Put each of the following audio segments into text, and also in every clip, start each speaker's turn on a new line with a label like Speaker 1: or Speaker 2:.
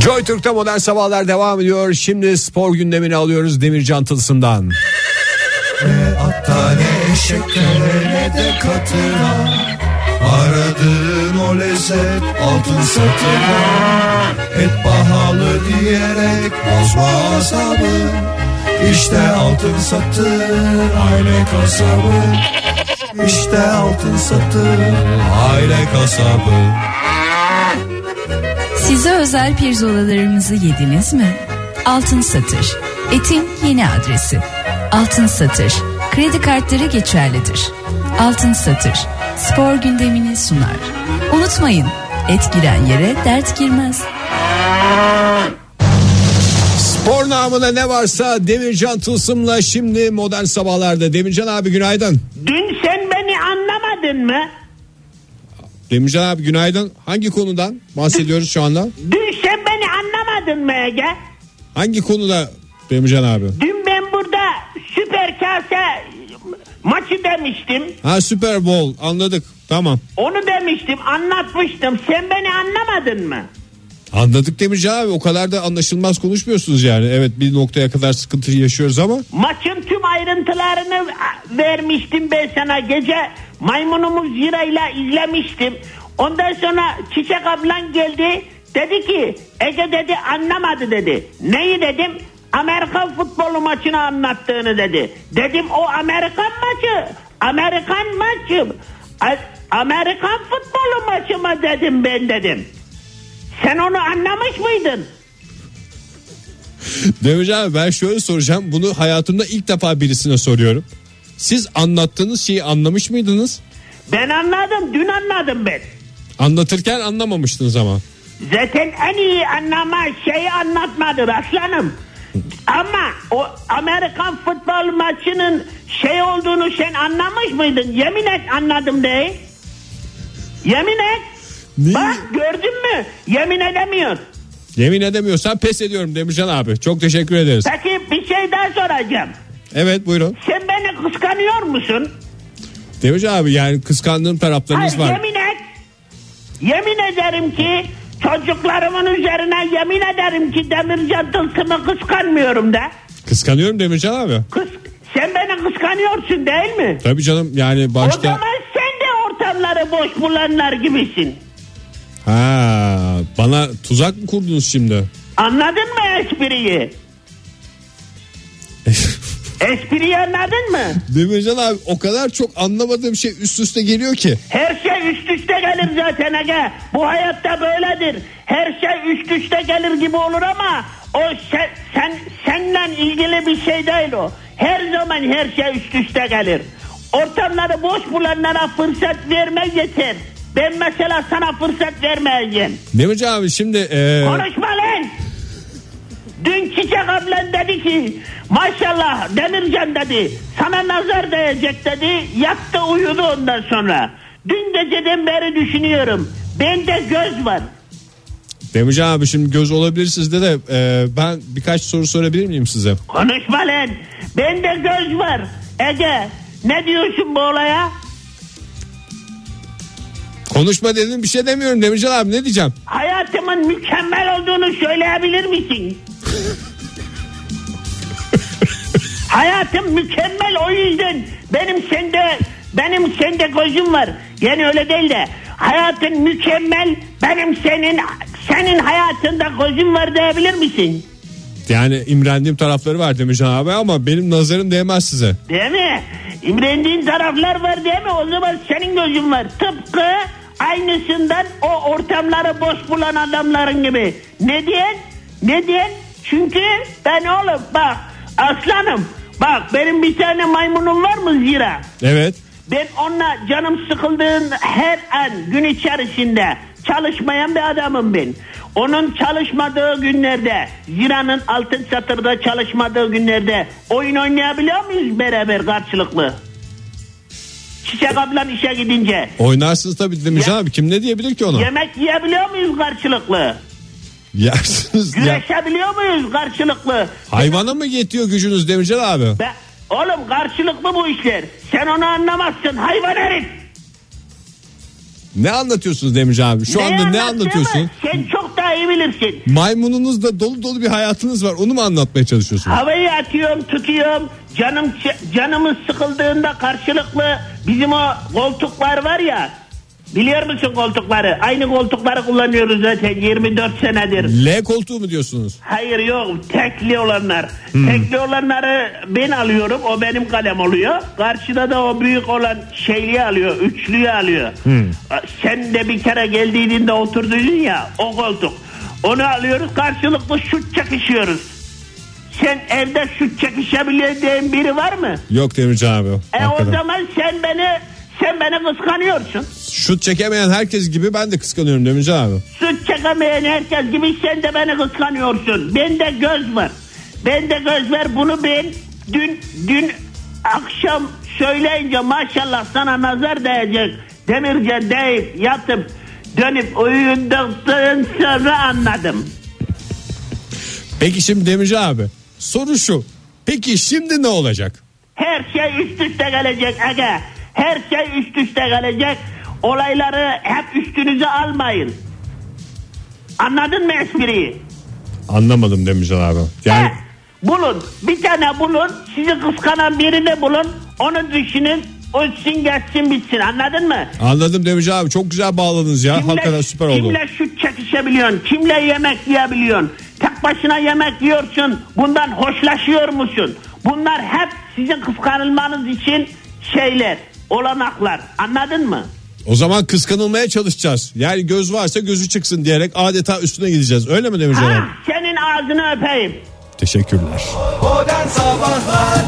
Speaker 1: Joy Türk'te modern sabahlar devam ediyor. Şimdi spor gündemini alıyoruz Demircan Tılsım'dan.
Speaker 2: Hatta ne eşeklere ne de katına Aradığın o lezzet altın satına Et pahalı diyerek bozma azabı İşte altın satır aile kasabı İşte altın satır aile kasabı
Speaker 3: Size özel pirzolalarımızı yediniz mi? Altın Satır. Etin yeni adresi. Altın Satır. Kredi kartları geçerlidir. Altın Satır. Spor gündemini sunar. Unutmayın. Et giren yere dert girmez.
Speaker 1: Spor namına ne varsa Demircan Tılsım'la şimdi modern sabahlarda. Demircan abi günaydın.
Speaker 4: Dün sen beni anlamadın mı?
Speaker 1: Demircan abi günaydın. Hangi konudan bahsediyoruz şu anda?
Speaker 4: Dün sen beni anlamadın mı Ege?
Speaker 1: Hangi konuda Demircan abi?
Speaker 4: Dün ben burada süper kase maçı demiştim.
Speaker 1: Ha Super Bowl anladık tamam.
Speaker 4: Onu demiştim anlatmıştım. Sen beni anlamadın mı?
Speaker 1: Anladık Demircan abi o kadar da anlaşılmaz konuşmuyorsunuz yani. Evet bir noktaya kadar sıkıntı yaşıyoruz ama
Speaker 4: Maçın tüm ayrıntılarını vermiştim ben sana. Gece maymunumuz zirayla izlemiştim. Ondan sonra Çiçek ablan geldi. Dedi ki Ege dedi anlamadı dedi. Neyi dedim? Amerikan futbolu maçını anlattığını dedi. Dedim o Amerikan maçı. Amerikan maçı. A- Amerikan futbolu maçı mı dedim ben dedim. Sen onu anlamış mıydın?
Speaker 1: Demircan abi ben şöyle soracağım. Bunu hayatımda ilk defa birisine soruyorum. Siz anlattığınız şeyi anlamış mıydınız?
Speaker 4: Ben anladım. Dün anladım ben.
Speaker 1: Anlatırken anlamamıştınız ama.
Speaker 4: Zaten en iyi anlama şeyi anlatmadı aslanım. Ama o Amerikan futbol maçının şey olduğunu sen anlamış mıydın? Yemin et anladım değil. Yemin et.
Speaker 1: Ne?
Speaker 4: Bak gördün mü? Yemin edemiyor.
Speaker 1: Yemin edemiyorsan pes ediyorum Demircan abi. Çok teşekkür ederiz.
Speaker 4: Peki bir şey daha soracağım.
Speaker 1: Evet buyurun.
Speaker 4: Sen beni kıskanıyor musun?
Speaker 1: Demircan abi yani kıskandığım taraflarınız
Speaker 4: Hayır
Speaker 1: var.
Speaker 4: yemin et. Yemin ederim ki çocuklarımın üzerine yemin ederim ki Demircan Tılsım'ı kıskanmıyorum da.
Speaker 1: Kıskanıyorum Demircan abi.
Speaker 4: Kız, sen beni kıskanıyorsun değil mi?
Speaker 1: Tabii canım yani
Speaker 4: O
Speaker 1: başta...
Speaker 4: zaman sen de ortamları boş bulanlar gibisin.
Speaker 1: Ha, bana tuzak mı kurdunuz şimdi?
Speaker 4: Anladın mı espriyi? Espriyi anladın mı?
Speaker 1: Demircan abi o kadar çok anlamadığım şey üst üste geliyor ki.
Speaker 4: Her şey üst üste gelir zaten aga. Bu hayatta böyledir. Her şey üst üste gelir gibi olur ama o sen, sen senle ilgili bir şey değil o. Her zaman her şey üst üste gelir. Ortamları boş bulanlara fırsat verme yeter. Ben mesela sana fırsat vermeyeceğim.
Speaker 1: Demircan abi şimdi... e,
Speaker 4: Konuşma lan. Dün Çiçek ablan dedi ki maşallah Demircan dedi sana nazar değecek dedi yattı uyudu ondan sonra. Dün geceden beri düşünüyorum bende göz var.
Speaker 1: Demircan abi şimdi göz olabilir sizde de e, ben birkaç soru sorabilir miyim size?
Speaker 4: Konuşma lan bende göz var Ege ne diyorsun bu olaya?
Speaker 1: Konuşma dedim bir şey demiyorum Demircan abi ne diyeceğim?
Speaker 4: Hayatımın mükemmel olduğunu söyleyebilir misin? Hayatım mükemmel o yüzden benim sende benim sende gözüm var. Yani öyle değil de hayatın mükemmel benim senin senin hayatında gözüm var diyebilir misin?
Speaker 1: Yani imrendiğim tarafları var Demircan abi ama benim nazarım değmez size.
Speaker 4: Değil mi? İmrendiğin taraflar var değil mi? O zaman senin gözün var. Tıpkı aynısından o ortamları boş bulan adamların gibi. Ne diyen? Ne diyen? Çünkü ben oğlum bak aslanım. Bak benim bir tane maymunum var mı zira?
Speaker 1: Evet.
Speaker 4: Ben onunla canım sıkıldığın her an gün içerisinde çalışmayan bir adamım ben. Onun çalışmadığı günlerde, Zira'nın altın satırda çalışmadığı günlerde oyun oynayabiliyor muyuz beraber karşılıklı? Çiçek ablan işe gidince.
Speaker 1: Oynarsınız tabii Demircan
Speaker 4: Ya-
Speaker 1: abi kim ne diyebilir ki ona?
Speaker 4: Yemek yiyebiliyor muyuz karşılıklı?
Speaker 1: Yersiniz ya.
Speaker 4: Güreşebiliyor muyuz karşılıklı?
Speaker 1: Hayvana mı yetiyor gücünüz Demircan abi?
Speaker 4: Be, oğlum karşılıklı bu işler. Sen onu anlamazsın hayvan herif.
Speaker 1: Ne anlatıyorsunuz Demirci abi? Şu anda ne
Speaker 4: anlattığımı
Speaker 1: anlatıyorsun?
Speaker 4: Sen çok daha iyi bilirsin.
Speaker 1: Maymununuzda dolu dolu bir hayatınız var. Onu mu anlatmaya çalışıyorsunuz?
Speaker 4: Havayı atıyorum tutuyorum. Canım canımız sıkıldığında karşılıklı bizim o koltuklar var ya. Biliyor musun koltukları? Aynı koltukları kullanıyoruz zaten 24 senedir.
Speaker 1: L koltuğu mu diyorsunuz?
Speaker 4: Hayır yok tekli olanlar. Tekli olanları ben alıyorum o benim kalem oluyor. Karşıda da o büyük olan şeyliği alıyor üçlüyü alıyor.
Speaker 5: Hmm.
Speaker 4: Sen de bir kere geldiğinde oturduydun ya o koltuk. Onu alıyoruz karşılıklı şut çakışıyoruz. Sen evde şut çakışabildiğin biri var mı?
Speaker 1: Yok Demirci abi.
Speaker 4: E o
Speaker 1: hakikaten.
Speaker 4: zaman sen beni sen beni kıskanıyorsun.
Speaker 1: Şut çekemeyen herkes gibi ben de kıskanıyorum Demirci abi.
Speaker 4: Süt çekemeyen herkes gibi sen de beni kıskanıyorsun. Bende göz var. Bende göz var. Bunu ben dün dün akşam söyleyince maşallah sana nazar değecek. Demirce deyip yatıp dönüp uyuduktan sonra anladım.
Speaker 1: Peki şimdi Demirci abi. Soru şu. Peki şimdi ne olacak?
Speaker 4: Her şey üst üste gelecek Ege. Her şey üst üste gelecek. Olayları hep üstünüze almayın. Anladın mı espriyi?
Speaker 1: Anlamadım Demirci abi. Yani
Speaker 4: Heh, bulun. Bir tane bulun. Sizi kıskanan birini bulun. Onu düşünün. Ölsün geçsin bitsin anladın mı?
Speaker 1: anladım Demirci abi. Çok güzel bağladınız ya. hakikaten süper oldu.
Speaker 4: kimle şut çekişebiliyorsun? Kimle yemek yiyebiliyorsun? Tek başına yemek yiyorsun. Bundan hoşlaşıyor musun? Bunlar hep sizin kıskanılmanız için şeyler, olanaklar. Anladın mı?
Speaker 1: O zaman kıskanılmaya çalışacağız. Yani göz varsa gözü çıksın diyerek adeta üstüne gideceğiz. Öyle mi Demirci
Speaker 4: Ah,
Speaker 1: abi?
Speaker 4: senin ağzını öpeyim.
Speaker 1: Teşekkürler.
Speaker 2: Modern Sabahlar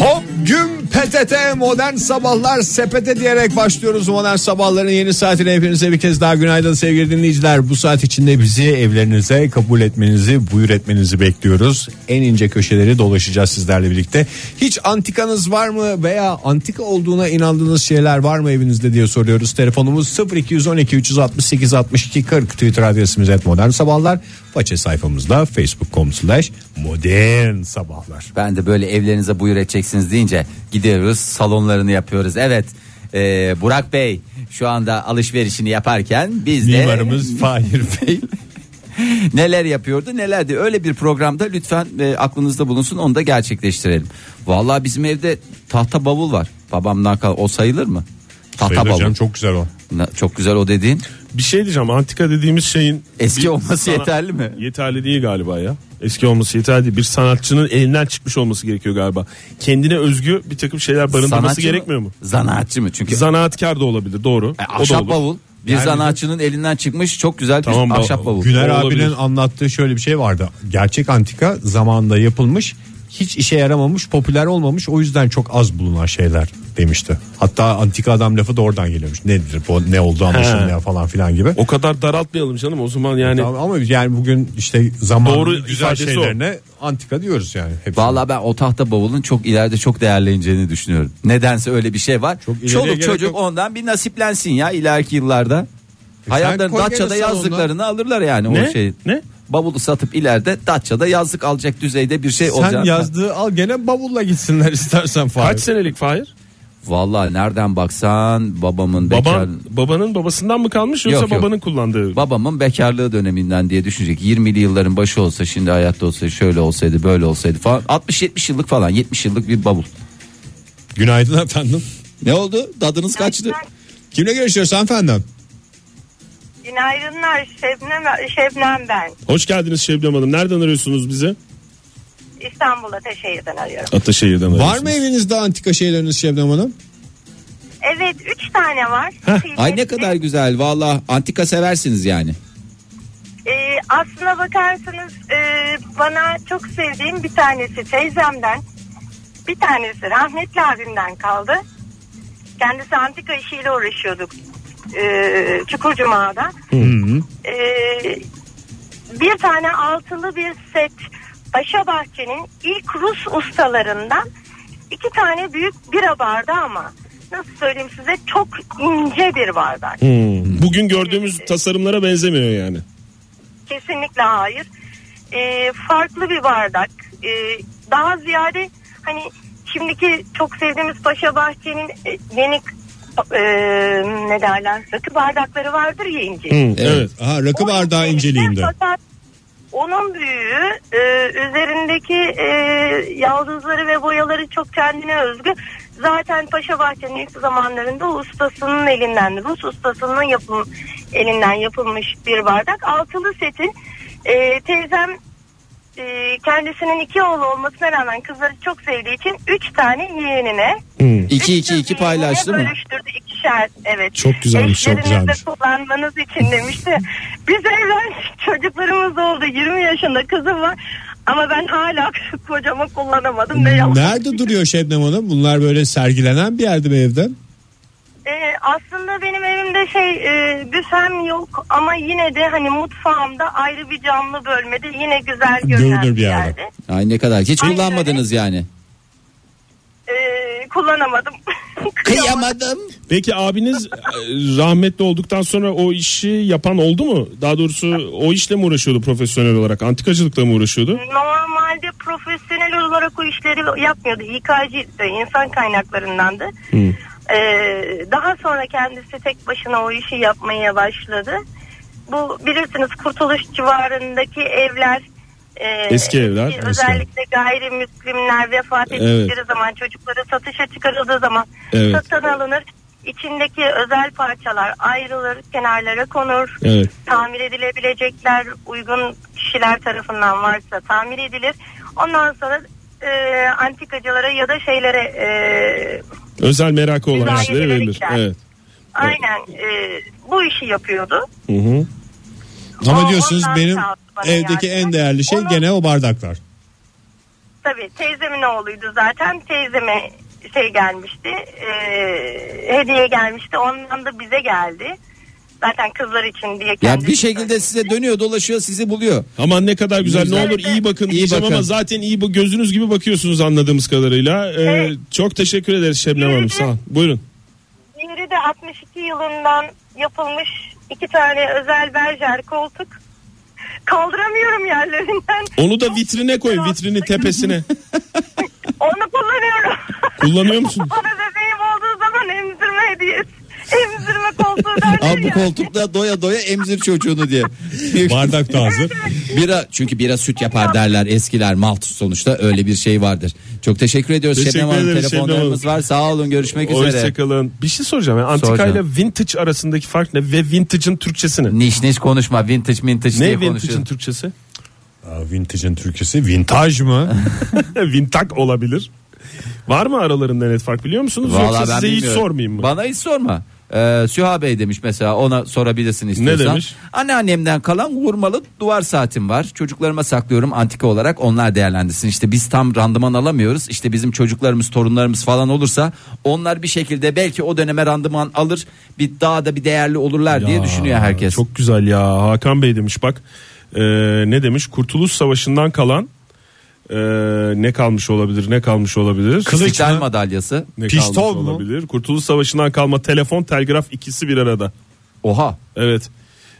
Speaker 2: Hop güm PTT Modern Sabahlar sepete diyerek
Speaker 1: başlıyoruz Modern Sabahların yeni saatine hepinize bir kez daha günaydın sevgili dinleyiciler. Bu saat içinde bizi evlerinize kabul etmenizi, buyur etmenizi bekliyoruz. En ince köşeleri dolaşacağız sizlerle birlikte. Hiç antikanız var mı veya antika olduğuna inandığınız şeyler var mı evinizde diye soruyoruz. Telefonumuz 0212 368 62 40 Twitter adresimiz et Modern Sabahlar. Faça sayfamızda facebook.com slash modern sabahlar.
Speaker 6: Ben de böyle evlerinize buyur edeceksiniz deyince gidiyoruz salonlarını yapıyoruz. Evet e, Burak Bey şu anda alışverişini yaparken biz de
Speaker 1: Mimarımız Fahir Bey.
Speaker 6: neler yapıyordu nelerdi. Öyle bir programda lütfen e, aklınızda bulunsun onu da gerçekleştirelim. Vallahi bizim evde tahta bavul var. Babamdan kal o sayılır mı? Tahta bavul.
Speaker 1: Hocam
Speaker 6: Na- Çok...
Speaker 1: çok güzel o.
Speaker 6: güzel o dediğin.
Speaker 7: Bir şey diyeceğim antika dediğimiz şeyin
Speaker 6: Eski
Speaker 7: bir
Speaker 6: olması
Speaker 7: sana-
Speaker 6: yeterli mi?
Speaker 7: Yeterli değil galiba ya. Eski olması yeterli değil. Bir sanatçının elinden çıkmış olması gerekiyor galiba. Kendine özgü bir takım şeyler barındırması
Speaker 6: Sanatçı mı?
Speaker 7: gerekmiyor mu?
Speaker 6: Zanaatçı mı? Çünkü
Speaker 7: Zanaatkar da olabilir doğru.
Speaker 6: E,
Speaker 7: o da
Speaker 6: ahşap
Speaker 7: olur.
Speaker 6: bavul. Bir zanaatçının elinden çıkmış çok güzel bir
Speaker 7: Tamam, ba-
Speaker 6: ahşap bavul.
Speaker 1: Güner
Speaker 7: O olabilir.
Speaker 1: abinin anlattığı şöyle bir şey vardı. Gerçek antika zamanında yapılmış hiç işe yaramamış popüler olmamış o yüzden çok az bulunan şeyler demişti. Hatta antika adam lafı da oradan geliyormuş. Nedir bu ne oldu anlaşılmıyor falan filan gibi.
Speaker 7: O kadar daraltmayalım canım o zaman yani
Speaker 1: E, Tamam ama yani bugün işte zamanın
Speaker 7: Doğru
Speaker 1: güzel
Speaker 7: ifadesi
Speaker 1: şeylerine antika diyoruz yani. Hepsi.
Speaker 6: Vallahi ben o tahta bavulun çok ileride çok değerleneceğini düşünüyorum. Nedense öyle bir şey var.
Speaker 1: Çok ileriye
Speaker 6: Çoluk
Speaker 1: gerek
Speaker 6: çocuk
Speaker 1: yok. E
Speaker 6: ondan bir nasiplensin ya ileriki yıllarda. Hayatlarını
Speaker 1: koy gene
Speaker 6: Datça'da
Speaker 1: salonuna.
Speaker 6: yazdıklarını alırlar yani o
Speaker 7: Ne?
Speaker 6: şeyi.
Speaker 7: Ne?
Speaker 6: Bavulu satıp ileride Datça'da yazlık alacak düzeyde bir şey
Speaker 1: Sen
Speaker 6: olacak.
Speaker 1: yazdığı al gene bavulla gitsinler istersen Fahir.
Speaker 7: kaç senelik Fahir?
Speaker 6: Vallahi nereden baksan babamın bekar...
Speaker 7: Baban, babanın babasından mı kalmış yoksa
Speaker 6: Yok, yok.
Speaker 7: babanın kullandığı?
Speaker 6: Babamın bekarlığı döneminden diye düşünecek. 20'li yılların başı olsa şimdi hayatta olsa şöyle olsaydı böyle olsaydı falan. 60-70 yıllık falan 70 yıllık bir bavul.
Speaker 1: Günaydın efendim.
Speaker 6: Ne oldu? Dadınız kaçtı.
Speaker 1: Kimle görüşüyoruz hanımefendi?
Speaker 8: Günaydınlar Şebnem, Şebnem ben.
Speaker 7: Hoş geldiniz Şebnem Hanım. Nereden arıyorsunuz bizi?
Speaker 8: İstanbul Ateşehir'den arıyorum.
Speaker 7: Ataşehir'den
Speaker 1: Var mı evinizde antika şeyleriniz Şebnem Hanım?
Speaker 8: Evet 3 tane var. Kıymetli.
Speaker 6: Ay ne kadar güzel valla antika seversiniz yani.
Speaker 8: Ee, aslına bakarsanız e, bana çok sevdiğim bir tanesi teyzemden. Bir tanesi rahmetli abimden kaldı. Kendisi antika işiyle uğraşıyorduk. E, Çukurcuma'da. Ee, bir tane altılı bir set Paşa Bahçe'nin ilk Rus ustalarından iki tane büyük bira bardağı ama nasıl söyleyeyim size çok ince bir bardak.
Speaker 7: Hmm. Bugün gördüğümüz tasarımlara benzemiyor yani.
Speaker 8: Kesinlikle hayır. Ee, farklı bir bardak. Ee, daha ziyade hani şimdiki çok sevdiğimiz Paşa Bahçe'nin e, yeni e, ne derler rakı bardakları vardır ya ince.
Speaker 1: Hmm,
Speaker 7: Evet. evet.
Speaker 1: Aha, rakı
Speaker 8: O
Speaker 1: bardağı
Speaker 8: incelikte
Speaker 1: inceliğinde.
Speaker 8: Fakat onun büyüğü e, üzerindeki e, yaldızları ve boyaları çok kendine özgü. Zaten Paşabahçe'nin ilk zamanlarında ustasının elinden, Rus ustasının yapım, elinden yapılmış bir bardak. Altılı setin e, teyzem e, kendisinin iki oğlu olmasına rağmen kızları çok sevdiği için üç tane yeğenine
Speaker 6: 2 2 2
Speaker 8: Yeğenine
Speaker 6: paylaştı mı?
Speaker 8: Bölüştürdü ikişer evet.
Speaker 1: Çok güzelmiş, çok
Speaker 8: Eşlerinizle
Speaker 1: güzelmiş.
Speaker 8: kullanmanız için demişti. Biz evlendik çocuklarımız oldu 20 yaşında kızım var. Ama ben hala kocama kullanamadım. Ne yalan.
Speaker 1: Nerede duruyor Şebnem Hanım? Bunlar böyle sergilenen bir yerde mi evde?
Speaker 8: Ee, aslında benim evimde şey e, büfem yok ama yine de hani mutfağımda ayrı bir camlı bölmede yine güzel görünen
Speaker 1: Görünür
Speaker 8: bir
Speaker 1: bir yerde.
Speaker 8: yerde.
Speaker 6: Ay ne kadar hiç
Speaker 8: Aynen
Speaker 6: kullanmadınız yani.
Speaker 8: Ee, kullanamadım.
Speaker 6: Kıyamadım.
Speaker 7: Peki abiniz e, rahmetli olduktan sonra o işi yapan oldu mu? Daha doğrusu o işle mi uğraşıyordu profesyonel olarak? Antikacılıkla mı uğraşıyordu?
Speaker 8: Normalde profesyonel olarak o işleri yapmıyordu. İK'cı insan kaynaklarındandı. Ee, daha sonra kendisi tek başına o işi yapmaya başladı. Bu bilirsiniz Kurtuluş civarındaki evler e,
Speaker 7: Eski evler,
Speaker 8: eski,
Speaker 7: eski.
Speaker 8: özellikle gayrimüslimler vefat
Speaker 7: Evet.
Speaker 8: ettikleri zaman çocukları satışa çıkarıldığı zaman
Speaker 7: Evet.
Speaker 8: satın alınır. İçindeki özel parçalar ayrılır, kenarlara konur
Speaker 7: Evet.
Speaker 8: tamir edilebilecekler uygun kişiler tarafından varsa tamir edilir. Ondan sonra e, antikacılara ya da şeylere e,
Speaker 7: Özel merakı olan
Speaker 8: Müdahale
Speaker 7: kişilere verilir.
Speaker 8: ederekler.
Speaker 7: Evet.
Speaker 8: aynen e, bu işi yapıyordu.
Speaker 7: Hı hı.
Speaker 1: Ama
Speaker 8: O-
Speaker 1: diyorsunuz
Speaker 8: ondan
Speaker 1: benim
Speaker 8: kaldı bana
Speaker 1: evdeki
Speaker 8: yani.
Speaker 1: en değerli şey
Speaker 8: Onu-
Speaker 1: gene o bardaklar.
Speaker 8: Tabii teyzemin oğluydu zaten. Teyzeme şey gelmişti. e, hediye gelmişti. Ondan da bize geldi. Zaten kızlar için diye
Speaker 6: Ya
Speaker 8: kendisi
Speaker 6: bir şekilde size dönüyor dolaşıyor sizi buluyor.
Speaker 7: Aman ne kadar güzel. Ne
Speaker 6: Güzel.
Speaker 7: olur iyi bakın.
Speaker 6: İyi
Speaker 7: diyeceğim
Speaker 6: bakın.
Speaker 7: Ama zaten iyi bu gözünüz gibi bakıyorsunuz anladığımız kadarıyla. Ee,
Speaker 8: Evet.
Speaker 7: Çok teşekkür ederiz Şebnem Hanım. Sağ olun. Buyurun.
Speaker 8: Diğeri de 62 yılından yapılmış iki tane özel berjer koltuk. Kaldıramıyorum yerlerinden.
Speaker 7: Onu da vitrine koy. Vitrinin tepesine.
Speaker 8: Onu kullanıyorum.
Speaker 7: Kullanıyor musun?
Speaker 8: Bana bebeğim olduğu zaman emzirme hediyesi. Emzirme koltuğu
Speaker 6: Al
Speaker 8: derler
Speaker 6: bu
Speaker 8: ya.
Speaker 6: koltukta doya doya emzir çocuğunu diye.
Speaker 1: Bardak da hazır.
Speaker 6: Bira çünkü bira süt yapar derler eskiler malt sonuçta öyle bir şey vardır. Çok teşekkür ediyoruz
Speaker 7: Teşekkür
Speaker 6: Şebnem Hanım
Speaker 7: ederim, Şebnem
Speaker 6: telefonlarımız var sağ olun görüşmek üzere.
Speaker 7: Hoşçakalın. Bir şey soracağım. Yani antika ile
Speaker 6: Soracağım.
Speaker 7: vintage arasındaki fark ne? Ve vintage'ın Türkçesini.
Speaker 6: Niş niş konuşma vintage vintage
Speaker 7: Ne
Speaker 6: diye
Speaker 7: vintage'ın
Speaker 6: konuşuyor.
Speaker 7: Türkçesi?
Speaker 1: Aa, Vintage'in Türkçesi vintaj mı?
Speaker 7: Vintak olabilir. Var mı aralarında net fark biliyor musunuz?
Speaker 6: Vallahi
Speaker 7: Yoksa
Speaker 6: ben
Speaker 7: size hiç
Speaker 6: bilmiyorum.
Speaker 7: sormayayım mı?
Speaker 6: Bana hiç sorma. Ee, Süha Bey demiş mesela ona sorabilirsin istiyorsan.
Speaker 7: demiş?
Speaker 6: Anneannemden kalan vurmalı duvar saatim var. Çocuklarıma saklıyorum antika olarak onlar değerlendirsin. İşte biz tam randıman alamıyoruz. İşte bizim çocuklarımız torunlarımız falan olursa onlar bir şekilde belki o döneme randıman alır. Bir daha da bir değerli olurlar diye
Speaker 7: Aa,
Speaker 6: düşünüyor herkes.
Speaker 7: Çok güzel ya. Hakan Bey demiş bak. Ee, ne demiş? Kurtuluş Savaşı'ndan kalan ee, ne kalmış olabilir? Ne kalmış olabilir?
Speaker 6: İstiklal madalyası.
Speaker 7: ne
Speaker 1: Pistol
Speaker 7: kalmış
Speaker 1: mu?
Speaker 7: olabilir? Kurtuluş Savaşı'ndan kalma telefon, telgraf ikisi bir arada.
Speaker 6: Oha.
Speaker 7: Evet.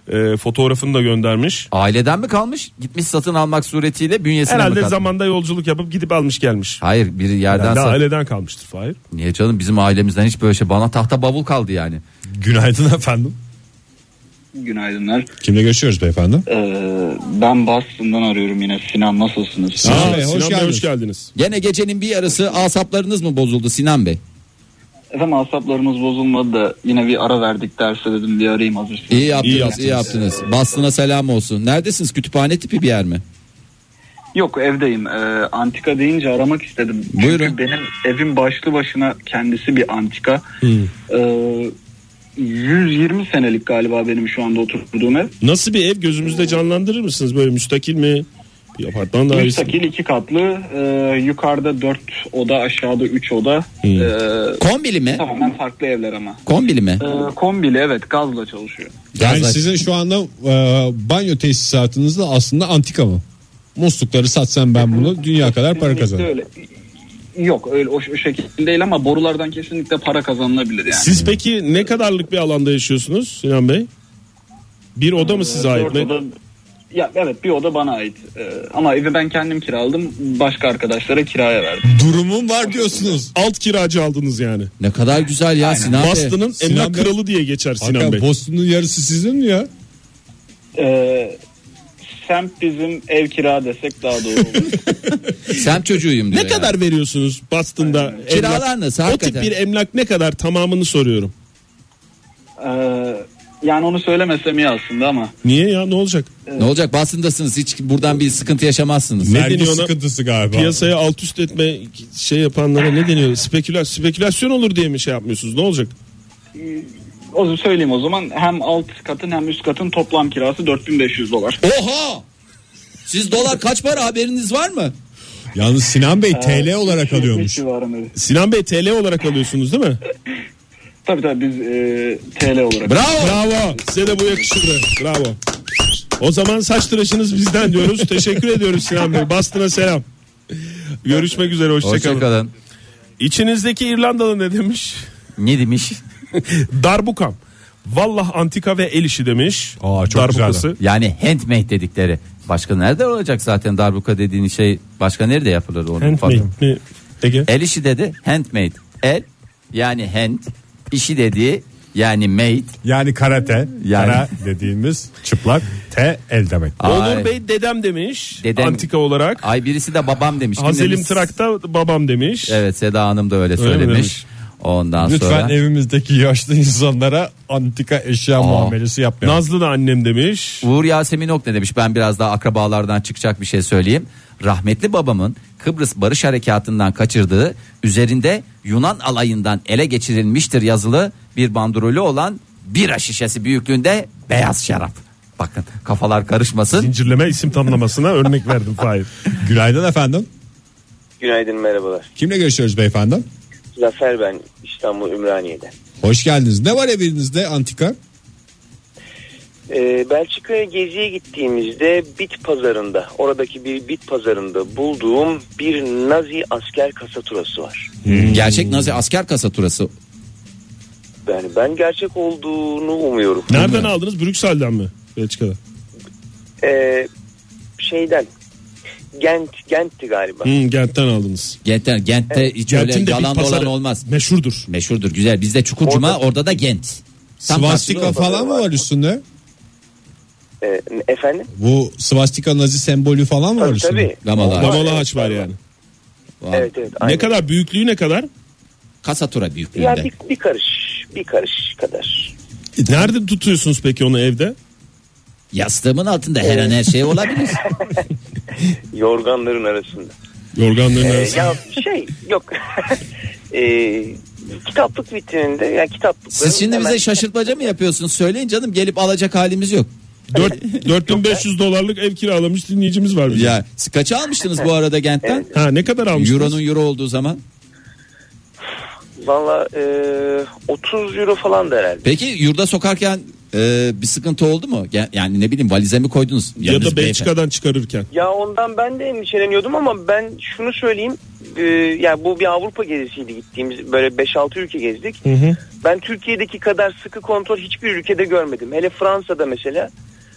Speaker 7: Ee, fotoğrafını da göndermiş.
Speaker 6: Aileden mi kalmış? Gitmiş satın almak suretiyle bünyesine mi
Speaker 7: Herhalde
Speaker 6: katmış?
Speaker 7: zamanda yolculuk yapıp gidip almış gelmiş.
Speaker 6: Hayır bir yerden
Speaker 7: Herhalde
Speaker 6: sat.
Speaker 7: aileden kalmıştır Fahir.
Speaker 6: Niye canım bizim ailemizden hiç böyle şey. Bana tahta bavul kaldı yani.
Speaker 1: Günaydın efendim.
Speaker 9: Günaydınlar.
Speaker 1: Kimle görüşüyoruz beyefendi?
Speaker 9: Ee, ben Boston'dan arıyorum yine. Sinan nasılsınız?
Speaker 1: Sinan
Speaker 7: Aa,
Speaker 1: Bey, hoş
Speaker 7: Sinan Bey,
Speaker 1: geldiniz.
Speaker 7: hoş geldiniz.
Speaker 6: Gene gecenin bir yarısı asaplarınız mı bozuldu Sinan Bey?
Speaker 9: Efendim asaplarımız bozulmadı da yine bir ara verdik derse dedim bir arayayım hazırsınız.
Speaker 6: İyi yaptınız, iyi
Speaker 7: İyi
Speaker 6: yaptınız.
Speaker 7: yaptınız.
Speaker 6: Bastına selam olsun. Neredesiniz? Kütüphane tipi bir yer mi?
Speaker 9: Yok evdeyim. Ee, antika deyince aramak istedim.
Speaker 6: Buyurun.
Speaker 9: Çünkü benim evim başlı başına kendisi bir antika.
Speaker 7: Hmm.
Speaker 9: Ee, 120 senelik galiba benim şu anda oturduğum ev.
Speaker 7: Nasıl bir ev gözümüzde canlandırır mısınız? Böyle müstakil mi? Bir apartman dairesi mi?
Speaker 9: Müstakil iki katlı. Ee, yukarıda 4 oda aşağıda 3 oda. Ee,
Speaker 6: Kombili mi?
Speaker 9: tamamen farklı evler ama.
Speaker 6: Kombili mi?
Speaker 9: Ee, kombili evet gazla çalışıyor.
Speaker 1: Yani
Speaker 6: Gazla-
Speaker 1: sizin şu anda e, banyo tesisatınız da aslında antika mı? Muslukları satsam ben bunu dünya kadar para kazanırım.
Speaker 9: Öyle. Yok öyle o, o şekilde değil ama borulardan kesinlikle para kazanılabilir yani.
Speaker 7: Siz peki ne kadarlık bir alanda yaşıyorsunuz Sinan Bey? Bir oda mı size ait?
Speaker 9: E, Dört
Speaker 7: Ne-
Speaker 9: oda- Ya evet bir oda bana ait. Ee, ama evi ben kendim kiraladım. Başka arkadaşlara kiraya verdim.
Speaker 2: Durumum var diyorsunuz.
Speaker 7: Alt kiracı aldınız yani.
Speaker 6: Ne kadar güzel ya Sinan Bey.
Speaker 7: Boston'ın
Speaker 2: Sinan
Speaker 7: emlak
Speaker 2: Bey-
Speaker 7: kralı diye geçer Sinan
Speaker 2: Hakan,
Speaker 7: Bey.
Speaker 2: Boston'un yarısı sizin mi ya?
Speaker 9: Ee, semt bizim ev kira desek daha doğru olur.
Speaker 6: Sen çocuğuyum
Speaker 7: ne
Speaker 6: diyor. yani.
Speaker 7: kadar veriyorsunuz Boston'da? emlak-
Speaker 6: Kiralar nasıl
Speaker 7: O tip
Speaker 6: hakikaten?
Speaker 7: bir emlak ne kadar tamamını soruyorum.
Speaker 9: Ee, yani onu söylemesem iyi aslında ama.
Speaker 7: Niye ya ne olacak?
Speaker 6: Ne olacak Boston'dasınız hiç buradan bir sıkıntı yaşamazsınız.
Speaker 7: Ne
Speaker 2: Vergi
Speaker 7: deniyor ona?
Speaker 2: sıkıntısı galiba.
Speaker 7: Piyasaya alt üst etme şey yapanlara ne deniyor? Spekülasyon, spekülasyon olur diye mi şey yapmıyorsunuz? Ne olacak?
Speaker 9: O zaman söyleyeyim o zaman hem alt katın hem üst katın toplam kirası 4500 dolar.
Speaker 6: Oha! Siz dolar kaç para haberiniz var mı?
Speaker 2: Yalnız Sinan Bey TL olarak alıyormuş.
Speaker 9: Civarında.
Speaker 7: Sinan Bey TL olarak alıyorsunuz değil mi?
Speaker 9: Tabii tabii biz e, TL olarak.
Speaker 6: Bravo.
Speaker 7: Bravo. Size de bu yakışırdı. Bravo. O zaman saç tıraşınız bizden diyoruz. Teşekkür ediyoruz Sinan Bey. Bastına selam. Görüşmek üzere. Hoşçakalın. kalın.
Speaker 6: Hoşçakalın.
Speaker 7: İçinizdeki İrlandalı ne demiş?
Speaker 6: Ne demiş?
Speaker 7: Darbukam. Vallah antika ve el işi demiş.
Speaker 2: Aa, çok
Speaker 7: Darbukası.
Speaker 6: Yani handmade dedikleri. Başka nerede olacak zaten darbuka dediğin şey başka nerede yapılır onun
Speaker 7: Handmade
Speaker 6: farkı?
Speaker 7: mi? Ege.
Speaker 6: El işi dedi handmade. El yani hand işi dediği yani made.
Speaker 2: Yani karate.
Speaker 6: Yani.
Speaker 2: Kara dediğimiz çıplak. T el demek.
Speaker 6: Ay.
Speaker 7: Onur Bey dedem demiş.
Speaker 6: Dedem-
Speaker 7: Antika olarak.
Speaker 6: Ay birisi de babam demiş. Kim
Speaker 7: Hazelim
Speaker 6: demiş?
Speaker 7: Trak'ta babam demiş.
Speaker 6: Evet Seda Hanım da öyle,
Speaker 7: mi
Speaker 6: söylemiş.
Speaker 7: demiş? e-
Speaker 6: Ondan
Speaker 2: Lütfen
Speaker 6: sonra
Speaker 2: evimizdeki yaşlı insanlara antika eşya muamelesi yapmayalım.
Speaker 7: Nazlı da annem demiş.
Speaker 6: Uğur Yasemin Ok ne demiş? Ben biraz daha akrabalardan çıkacak bir şey söyleyeyim. Rahmetli babamın Kıbrıs Barış Harekatı'ndan kaçırdığı üzerinde Yunan alayından ele geçirilmiştir yazılı bir bandrolü olan bira şişesi büyüklüğünde beyaz şarap. Bakın kafalar karışmasın.
Speaker 7: Zincirleme isim tanımlamasına örnek verdim Fahir.
Speaker 2: Günaydın efendim.
Speaker 10: Günaydın merhabalar.
Speaker 2: Kimle görüşüyoruz beyefendi?
Speaker 10: Zafer ben İstanbul Ümraniye'den.
Speaker 2: Hoş geldiniz. Ne var evinizde antika?
Speaker 10: Ee, Belçika'ya geziye gittiğimizde bit pazarında oradaki bir bit pazarında bulduğum bir Nazi asker kasaturası var.
Speaker 6: Gerçek Nazi asker kasaturası.
Speaker 10: Yani ben gerçek olduğunu umuyorum.
Speaker 7: Nereden aldınız? Brüksel'den mi? Belçika'da.
Speaker 10: Ee, şeyden Gent Gent'ti galiba.
Speaker 7: Hmm, Gent'ten aldınız.
Speaker 6: Gent'te, Gent'te hiç öyle
Speaker 7: Gent'in de
Speaker 6: yalan
Speaker 7: bir pazarı
Speaker 6: dolan olmaz.
Speaker 7: Meşhurdur.
Speaker 6: Meşhurdur güzel. Bizde Çukurcuma orada,
Speaker 10: Orada-
Speaker 6: da Gent. Tam
Speaker 2: Svastika
Speaker 6: karşılığı o.
Speaker 2: falan mı var üstünde?
Speaker 10: Ee, efendim?
Speaker 2: Bu svastika nazi sembolü falan mı var
Speaker 10: Tabii
Speaker 2: üstünde?
Speaker 10: tabii.
Speaker 6: Gamalar.
Speaker 7: Damalı haç var yani.
Speaker 6: Vay.
Speaker 10: Evet evet. aynen.
Speaker 7: Ne kadar büyüklüğü ne kadar?
Speaker 6: Kasatura büyüklüğünde.
Speaker 10: Ya bir, bir karış bir karış kadar.
Speaker 7: Nerede tutuyorsunuz peki onu evde?
Speaker 6: Yastığımın altında her an her
Speaker 7: E,
Speaker 6: şey olabilir.
Speaker 10: Yorganların arasında.
Speaker 7: Yorganların
Speaker 10: Ee,
Speaker 7: arasında.
Speaker 10: ya şey yok. Ee, kitaplık vitrininde yani kitaplıkların
Speaker 6: Siz şimdi
Speaker 10: hemen-
Speaker 6: bize şaşırtmaca mı yapıyorsunuz? Söyleyin canım gelip alacak halimiz yok.
Speaker 7: Dört- 4500 dolarlık ev kiralamış dinleyicimiz var bizim.
Speaker 6: Ya siz kaça almıştınız bu arada Gent'ten?
Speaker 7: Ha ne kadar almıştınız?
Speaker 6: Euro'nun euro olduğu zaman.
Speaker 10: Valla e, 30 euro falan da herhalde.
Speaker 6: Peki yurda sokarken e, bir sıkıntı oldu mu? Gen- Yani ne bileyim valize mi koydunuz?
Speaker 7: ya
Speaker 6: Yalnız
Speaker 7: da
Speaker 6: beyefendi.
Speaker 7: Belçika'dan çıkarırken.
Speaker 10: Ya ondan ben de endişeleniyordum ama ben şunu söyleyeyim. E, yani bu bir Avrupa gezisiydi gittiğimiz böyle 5-6 ülke gezdik. Ben Türkiye'deki kadar sıkı kontrol hiçbir ülkede görmedim. Hele Fransa'da mesela.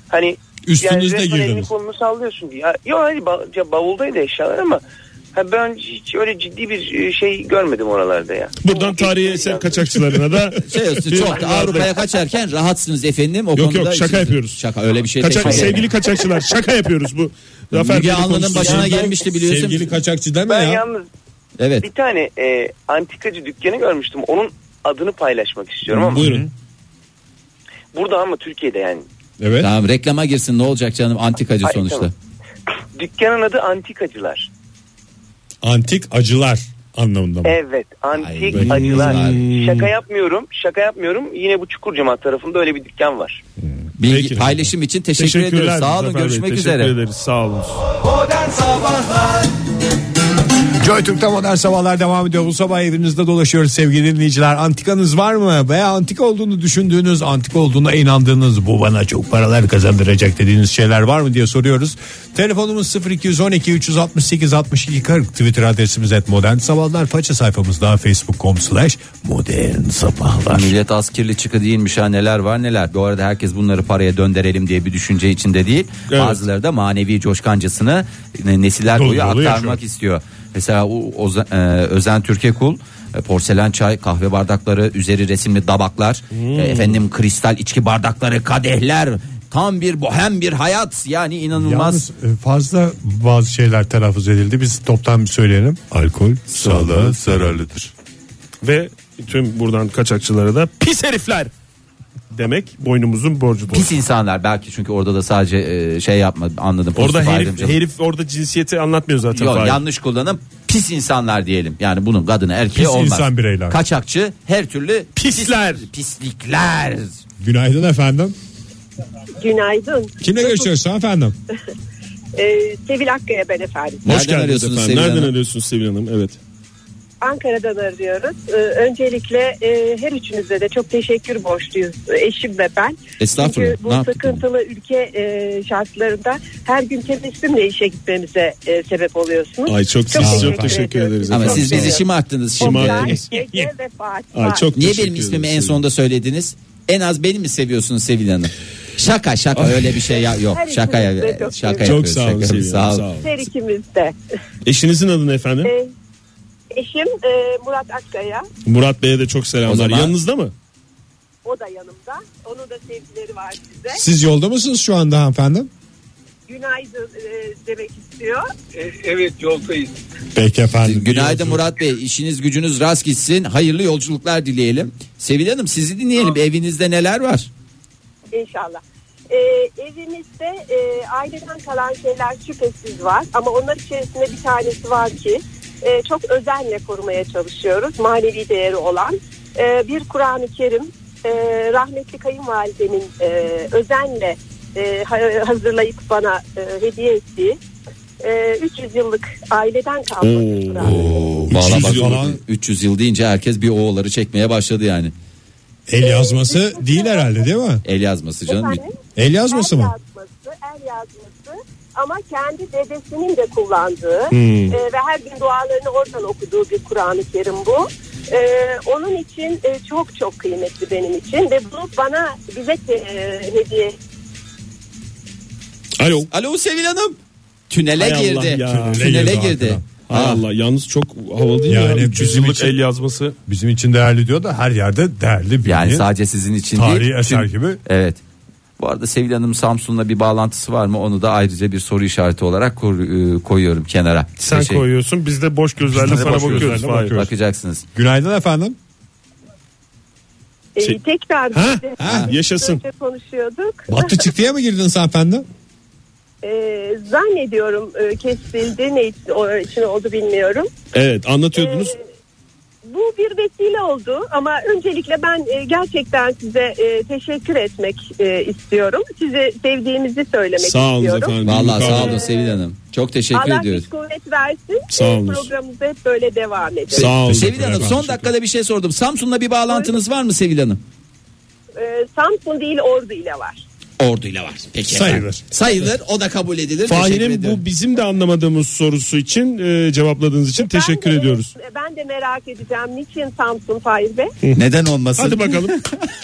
Speaker 10: Hani
Speaker 2: Üstünüzde
Speaker 10: yani resmen elini
Speaker 2: girdiniz.
Speaker 10: kolunu sallıyorsun diye. Ya, yok hani ba- ya bavuldaydı eşyalar ama ha, ben hiç öyle ciddi bir e, şey görmedim oralarda ya.
Speaker 7: Buradan tarihi eser kaçakçılarına da
Speaker 6: Şey olsun,
Speaker 7: bir-
Speaker 6: çok da Avrupa'ya kaçarken rahatsınız efendim. O
Speaker 7: Yok
Speaker 6: konuda
Speaker 7: yok şaka
Speaker 6: işiniz-
Speaker 7: yapıyoruz.
Speaker 6: Şaka öyle bir şey
Speaker 7: Kaçak,
Speaker 6: teşvik
Speaker 7: sevgili
Speaker 6: ederim.
Speaker 7: kaçakçılar şaka yapıyoruz bu. Zafer
Speaker 6: Müge
Speaker 7: Bey'le
Speaker 6: Anlı'nın
Speaker 7: konuştuk.
Speaker 6: başına
Speaker 10: Yani-
Speaker 6: gelmişti biliyorsun.
Speaker 2: Sevgili kaçakçı deme
Speaker 10: Ben
Speaker 2: ya.
Speaker 10: yalnız
Speaker 6: Evet.
Speaker 10: bir tane e, antikacı dükkanı görmüştüm. Onun adını paylaşmak istiyorum ama
Speaker 7: Buyurun.
Speaker 10: burada ama Türkiye'de yani.
Speaker 2: Evet.
Speaker 6: Tamam reklama girsin ne olacak canım antikacı
Speaker 10: Ay,
Speaker 6: sonuçta.
Speaker 10: tamam. Dükkanın adı Antikacılar.
Speaker 2: Antik acılar anlamında mı?
Speaker 10: Evet,
Speaker 6: Ay,
Speaker 10: Antik Acılar.
Speaker 6: güzel.
Speaker 10: Şaka yapmıyorum. Şaka yapmıyorum. Yine bu Çukurcuma tarafında öyle bir dükkan var.
Speaker 6: Bilgi,
Speaker 7: Peki.
Speaker 6: paylaşım için teşekkür
Speaker 7: Teşekkürler
Speaker 6: ediyoruz. Sağ olun
Speaker 7: Zafer Bey,
Speaker 6: görüşmek
Speaker 7: teşekkür
Speaker 6: üzere.
Speaker 7: ederiz sağ olun.
Speaker 2: Modern Sabahlar
Speaker 1: Joy Türk'te modern sabahlar devam ediyor. Bu sabah evinizde dolaşıyoruz sevgili dinleyiciler. Antikanız var mı? Veya antika olduğunu düşündüğünüz, antika olduğuna inandığınız, bu bana çok paralar kazandıracak dediğiniz şeyler var mı diye soruyoruz. Telefonumuz 0212 368 62 40. Twitter adresimiz et modern sabahlar. Faça sayfamızda facebook.com slash modern sabahlar.
Speaker 6: Millet az kirli çıkı değilmiş ha neler var neler. Bu arada herkes bunları paraya döndürelim diye bir düşünce içinde değil. Bazıları da manevi coşkancasını e, nesiller boyu aktarmak istiyor. Mesela o, Oza- e, Özen Türkekul e, porselen çay kahve bardakları üzeri resimli tabaklar e, efendim kristal içki bardakları kadehler tam bir bohem bir hayat yani inanılmaz
Speaker 1: Yalnız e, fazla bazı şeyler telaffuz edildi. Biz toptan bir söyleyelim. Alkol sağlığa zararlıdır.
Speaker 7: Ve tüm buradan kaçakçılara da pis herifler demek boynumuzun borcudur.
Speaker 6: pis insanlar belki çünkü orada da sadece e, şey yapma anladım
Speaker 7: Orada
Speaker 6: pozitif
Speaker 7: herif,
Speaker 6: ayrımcılık.
Speaker 7: herif orada cinsiyeti anlatmıyor zaten.
Speaker 6: Yok,
Speaker 7: Fahir.
Speaker 6: yanlış kullanım pis insanlar diyelim. Yani bunun kadını erkeği
Speaker 1: Pis
Speaker 6: olmaz.
Speaker 1: insan bireyler.
Speaker 6: Kaçakçı her türlü
Speaker 7: Pisler.
Speaker 6: pis- pislikler.
Speaker 1: Günaydın efendim.
Speaker 11: Günaydın.
Speaker 1: Kimle görüşüyoruz efendim?
Speaker 11: Ee, Sevil Akkaya ben efendim.
Speaker 7: Hoş
Speaker 6: Nereden
Speaker 7: geldiniz
Speaker 6: arıyorsunuz Sevil
Speaker 7: efendim. Nereden
Speaker 6: Hanım?
Speaker 7: arıyorsunuz Sevil Hanım? Evet.
Speaker 11: Ankara'dan arıyoruz. Ee, öncelikle e, her üçünüze de çok teşekkür borçluyuz e, eşim ve ben.
Speaker 6: Estağfurullah.
Speaker 11: Çünkü bu
Speaker 6: Ne yaptık
Speaker 11: sıkıntılı ülke e, şartlarında her gün tebessümle işe gitmemize e, sebep oluyorsunuz.
Speaker 7: Ay çok
Speaker 11: Çok
Speaker 7: siz çok
Speaker 11: teşekkür
Speaker 7: teşekkür
Speaker 11: ediyorum.
Speaker 7: ederiz.
Speaker 6: Ama
Speaker 7: efendim.
Speaker 6: siz
Speaker 7: Sağ
Speaker 6: bizi
Speaker 7: olun.
Speaker 6: şımarttınız şimdi.
Speaker 11: Oktay,
Speaker 7: Şımarttınız.
Speaker 11: Ege ve Fatih.
Speaker 7: Ay çok
Speaker 6: Niye
Speaker 7: teşekkür
Speaker 6: benim ismimi en
Speaker 7: ederiz.
Speaker 6: sonda söylediniz? En az benim mi seviyorsunuz Sevil Hanım? Şaka şaka öyle bir şey ya yok.
Speaker 11: Her
Speaker 6: Şaka
Speaker 11: ikimiz de
Speaker 6: ya
Speaker 11: çok
Speaker 6: şaka
Speaker 7: Çok
Speaker 6: yapıyoruz,
Speaker 7: sağ olun
Speaker 6: şaka.
Speaker 7: Sevil Hanım.
Speaker 6: Sağ
Speaker 7: Sağ
Speaker 6: olun.
Speaker 7: olun.
Speaker 11: Her ikimiz de.
Speaker 7: Eşinizin adı ne efendim?
Speaker 11: Ee, eşim e, Murat Akkaya.
Speaker 7: Murat Bey'e de çok selamlar.
Speaker 6: O zaman-
Speaker 7: Yanınızda mı?
Speaker 11: O da yanımda. Onun da sevgileri var size.
Speaker 1: Siz yolda mısınız şu anda hanımefendi?
Speaker 11: Günaydın e, demek istiyor.
Speaker 9: evet yoldayız.
Speaker 1: Peki efendim.
Speaker 6: Günaydın Murat Bey. İşiniz gücünüz rast gitsin. Hayırlı yolculuklar dileyelim. Sevil Hanım sizi dinleyelim. Evinizde neler var?
Speaker 11: İnşallah. Ee, evimizde e, aileden kalan şeyler şüphesiz var ama onlar içerisinde bir tanesi var ki e, çok özenle korumaya çalışıyoruz manevi değeri olan e, bir Kur'an-ı Kerim e, rahmetli kayınvalidemin e, özenle e, ha- hazırlayıp bana e, hediye ettiği e, 300 yıllık aileden kalma bir Kur'an-ı Kerim.
Speaker 6: Valla bak,
Speaker 1: yıl falan.
Speaker 6: 300 yıl deyince herkes bir oğulları çekmeye başladı yani.
Speaker 1: El yazması değil herhalde değil mi?
Speaker 6: El yazması canım.
Speaker 11: Efendim?
Speaker 1: El
Speaker 11: El
Speaker 1: yazması mı?
Speaker 11: yazması, el yazması ama kendi dedesinin de kullandığı
Speaker 1: Hmm.
Speaker 11: e, ve her gün dualarını oradan okuduğu bir Kur'an-ı Kerim bu. E, onun için e, çok çok kıymetli benim için ve bunu bana bize e, hediye
Speaker 7: Alo.
Speaker 6: Alo Sevil Hanım. Tünele
Speaker 7: Hay Allah
Speaker 6: girdi.
Speaker 7: ya.
Speaker 6: Tünele
Speaker 1: Tünele girdi
Speaker 6: girdi. Ah.
Speaker 1: hakikaten.
Speaker 7: Hay
Speaker 6: Ha.
Speaker 7: Allah yalnız çok havalı değil
Speaker 1: Yani
Speaker 7: yani, ya.
Speaker 1: bizim
Speaker 7: Yüzyıllık
Speaker 1: için-
Speaker 7: el yazması.
Speaker 1: Bizim için değerli diyor da her yerde değerli bir
Speaker 6: Yani sadece sizin için değil.
Speaker 1: tarihi eser
Speaker 6: tüm-
Speaker 1: gibi.
Speaker 6: Evet. Bu arada Sevil Hanım Samsun'la bir bağlantısı var mı? Onu da ayrıca bir soru işareti olarak kor- e, koyuyorum kenara.
Speaker 7: Sen
Speaker 6: Teşekkür-
Speaker 7: koyuyorsun biz de boş gözlerle
Speaker 1: Biz de
Speaker 7: sana
Speaker 1: boş
Speaker 7: bakıyoruz.
Speaker 1: gözlerle
Speaker 7: Fahir.
Speaker 1: bakıyoruz.
Speaker 6: Bakacaksınız.
Speaker 1: Günaydın efendim.
Speaker 11: E,
Speaker 7: Şey-
Speaker 11: tekrar
Speaker 7: Ha,
Speaker 11: bir de-
Speaker 7: ha, yaşasın.
Speaker 11: Önce konuşuyorduk.
Speaker 1: Battı çıktıya mı girdiniz hanımefendi?
Speaker 11: E, zannediyorum e, kesildi ne için, o, için oldu bilmiyorum.
Speaker 7: Evet anlatıyordunuz.
Speaker 11: Bu bir vesile oldu ama öncelikle ben e, gerçekten size e, teşekkür etmek e, istiyorum. Sizi sevdiğimizi söylemek
Speaker 7: sağ olun
Speaker 11: istiyorum.
Speaker 7: efendim.
Speaker 6: Vallahi
Speaker 7: Mukavele.
Speaker 6: sağ olun Sevil Hanım. Çok teşekkür
Speaker 11: Allah
Speaker 6: ediyoruz.
Speaker 11: bir kuvvet versin.
Speaker 7: Sağ
Speaker 11: E,
Speaker 7: olun.
Speaker 11: Programımız hep böyle devam edin.
Speaker 7: Sağ olun.
Speaker 6: Sevil Hanım son dakikada bir şey sordum. Samsun'la bir bağlantınız var mı Sevil Hanım?
Speaker 11: E, Samsun değil Ordu ile var.
Speaker 6: Orduyla var. Peki.
Speaker 7: Sayılır.
Speaker 6: efendim. Sayılır. O da kabul edilir. Teşekkür
Speaker 7: Fahir'in
Speaker 6: ediyorum.
Speaker 7: bu bizim de anlamadığımız sorusu için e, cevapladığınız için teşekkür
Speaker 11: Ben de-
Speaker 7: ediyoruz.
Speaker 11: e, Ben de merak edeceğim. Niçin Samsun Fahir Bey?
Speaker 6: Neden olmasın?
Speaker 7: Hadi bakalım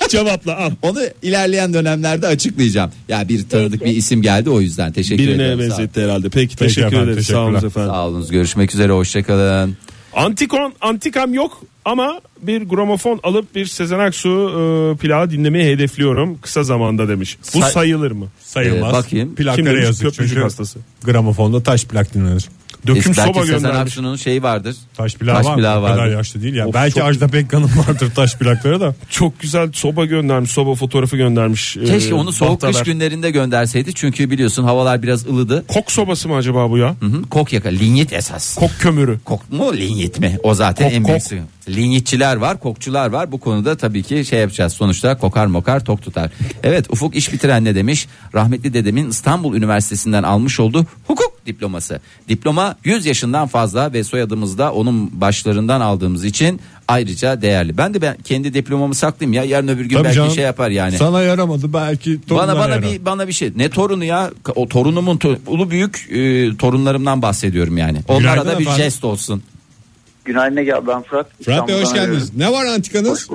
Speaker 7: cevapla al.
Speaker 6: Onu ilerleyen dönemlerde açıklayacağım. Ya bir tanıdık
Speaker 11: Peki.
Speaker 6: bir isim geldi o yüzden teşekkür
Speaker 7: Birine
Speaker 6: ederim. Sağ olun.
Speaker 7: benzetti herhalde. Peki teşekkür
Speaker 1: efendim,
Speaker 7: ederiz. Sağ olun
Speaker 1: teşekkürler.
Speaker 7: efendim.
Speaker 6: Sağ olunuz. Görüşmek üzere. Hoşçakalın.
Speaker 7: Antikon, antikam yok ama bir gramofon alıp bir Sezen Aksu e, plağı dinlemeyi hedefliyorum kısa zamanda demiş. Bu
Speaker 6: Say-
Speaker 7: sayılır mı? E,
Speaker 1: Sayılmaz.
Speaker 6: Ee, bakayım.
Speaker 7: Kim
Speaker 1: Plaklara
Speaker 7: demiş?
Speaker 1: yazık
Speaker 7: Köprücük
Speaker 1: çünkü
Speaker 7: hastası.
Speaker 1: Gramofonda taş plak dinlenir.
Speaker 7: Döküm
Speaker 6: Belki
Speaker 7: soba
Speaker 6: Sezen
Speaker 7: göndermiş.
Speaker 6: Aksu'nun şeyi vardır.
Speaker 1: Taş plağı var.
Speaker 6: plağı
Speaker 1: o kadar
Speaker 6: vardır.
Speaker 1: yaşlı değil ya.
Speaker 7: Of,
Speaker 1: Belki
Speaker 7: çok-
Speaker 1: Ajda Pekkan'ın vardır taş plakları da.
Speaker 7: Çok güzel soba göndermiş. Soba fotoğrafı göndermiş. e,
Speaker 6: Keşke onu soğuk
Speaker 7: bahtalar.
Speaker 6: kış günlerinde gönderseydi. Çünkü biliyorsun havalar biraz ılıdı.
Speaker 7: Kok sobası mı acaba bu ya?
Speaker 6: Hı hı. Kok yaka. Linyet esas.
Speaker 7: Kok kömürü.
Speaker 6: Kok mu linyet mi? O zaten
Speaker 7: Kok,
Speaker 6: en
Speaker 7: kok.
Speaker 6: büyüsü. Linyitçiler var, kokçular var. Bu konuda tabii ki şey yapacağız. Sonuçta kokar mokar tok tutar. Evet Ufuk iş bitiren ne demiş? Rahmetli dedemin İstanbul Üniversitesi'nden almış olduğu hukuk diploması. Diploma 100 yaşından fazla ve soyadımızda onun başlarından aldığımız için ayrıca değerli. Ben de ben kendi diplomamı saklayayım ya. Yarın öbür gün
Speaker 1: Tabii
Speaker 6: belki
Speaker 1: canım.
Speaker 6: şey yapar yani.
Speaker 1: Sana yaramadı belki
Speaker 6: Bana bana
Speaker 1: yarar.
Speaker 6: bir bana bir şey. Ne torunu ya? O torunumun to- ulu büyük e, torunlarımdan bahsediyorum yani. Onlara
Speaker 1: Günaydın
Speaker 6: da bir
Speaker 1: efendim.
Speaker 6: jest olsun.
Speaker 12: Günaydın Ege abi ben Fırat.
Speaker 1: Fırat Bey hoş
Speaker 12: İstanbul'dan
Speaker 1: geldiniz. Ne var antikanız?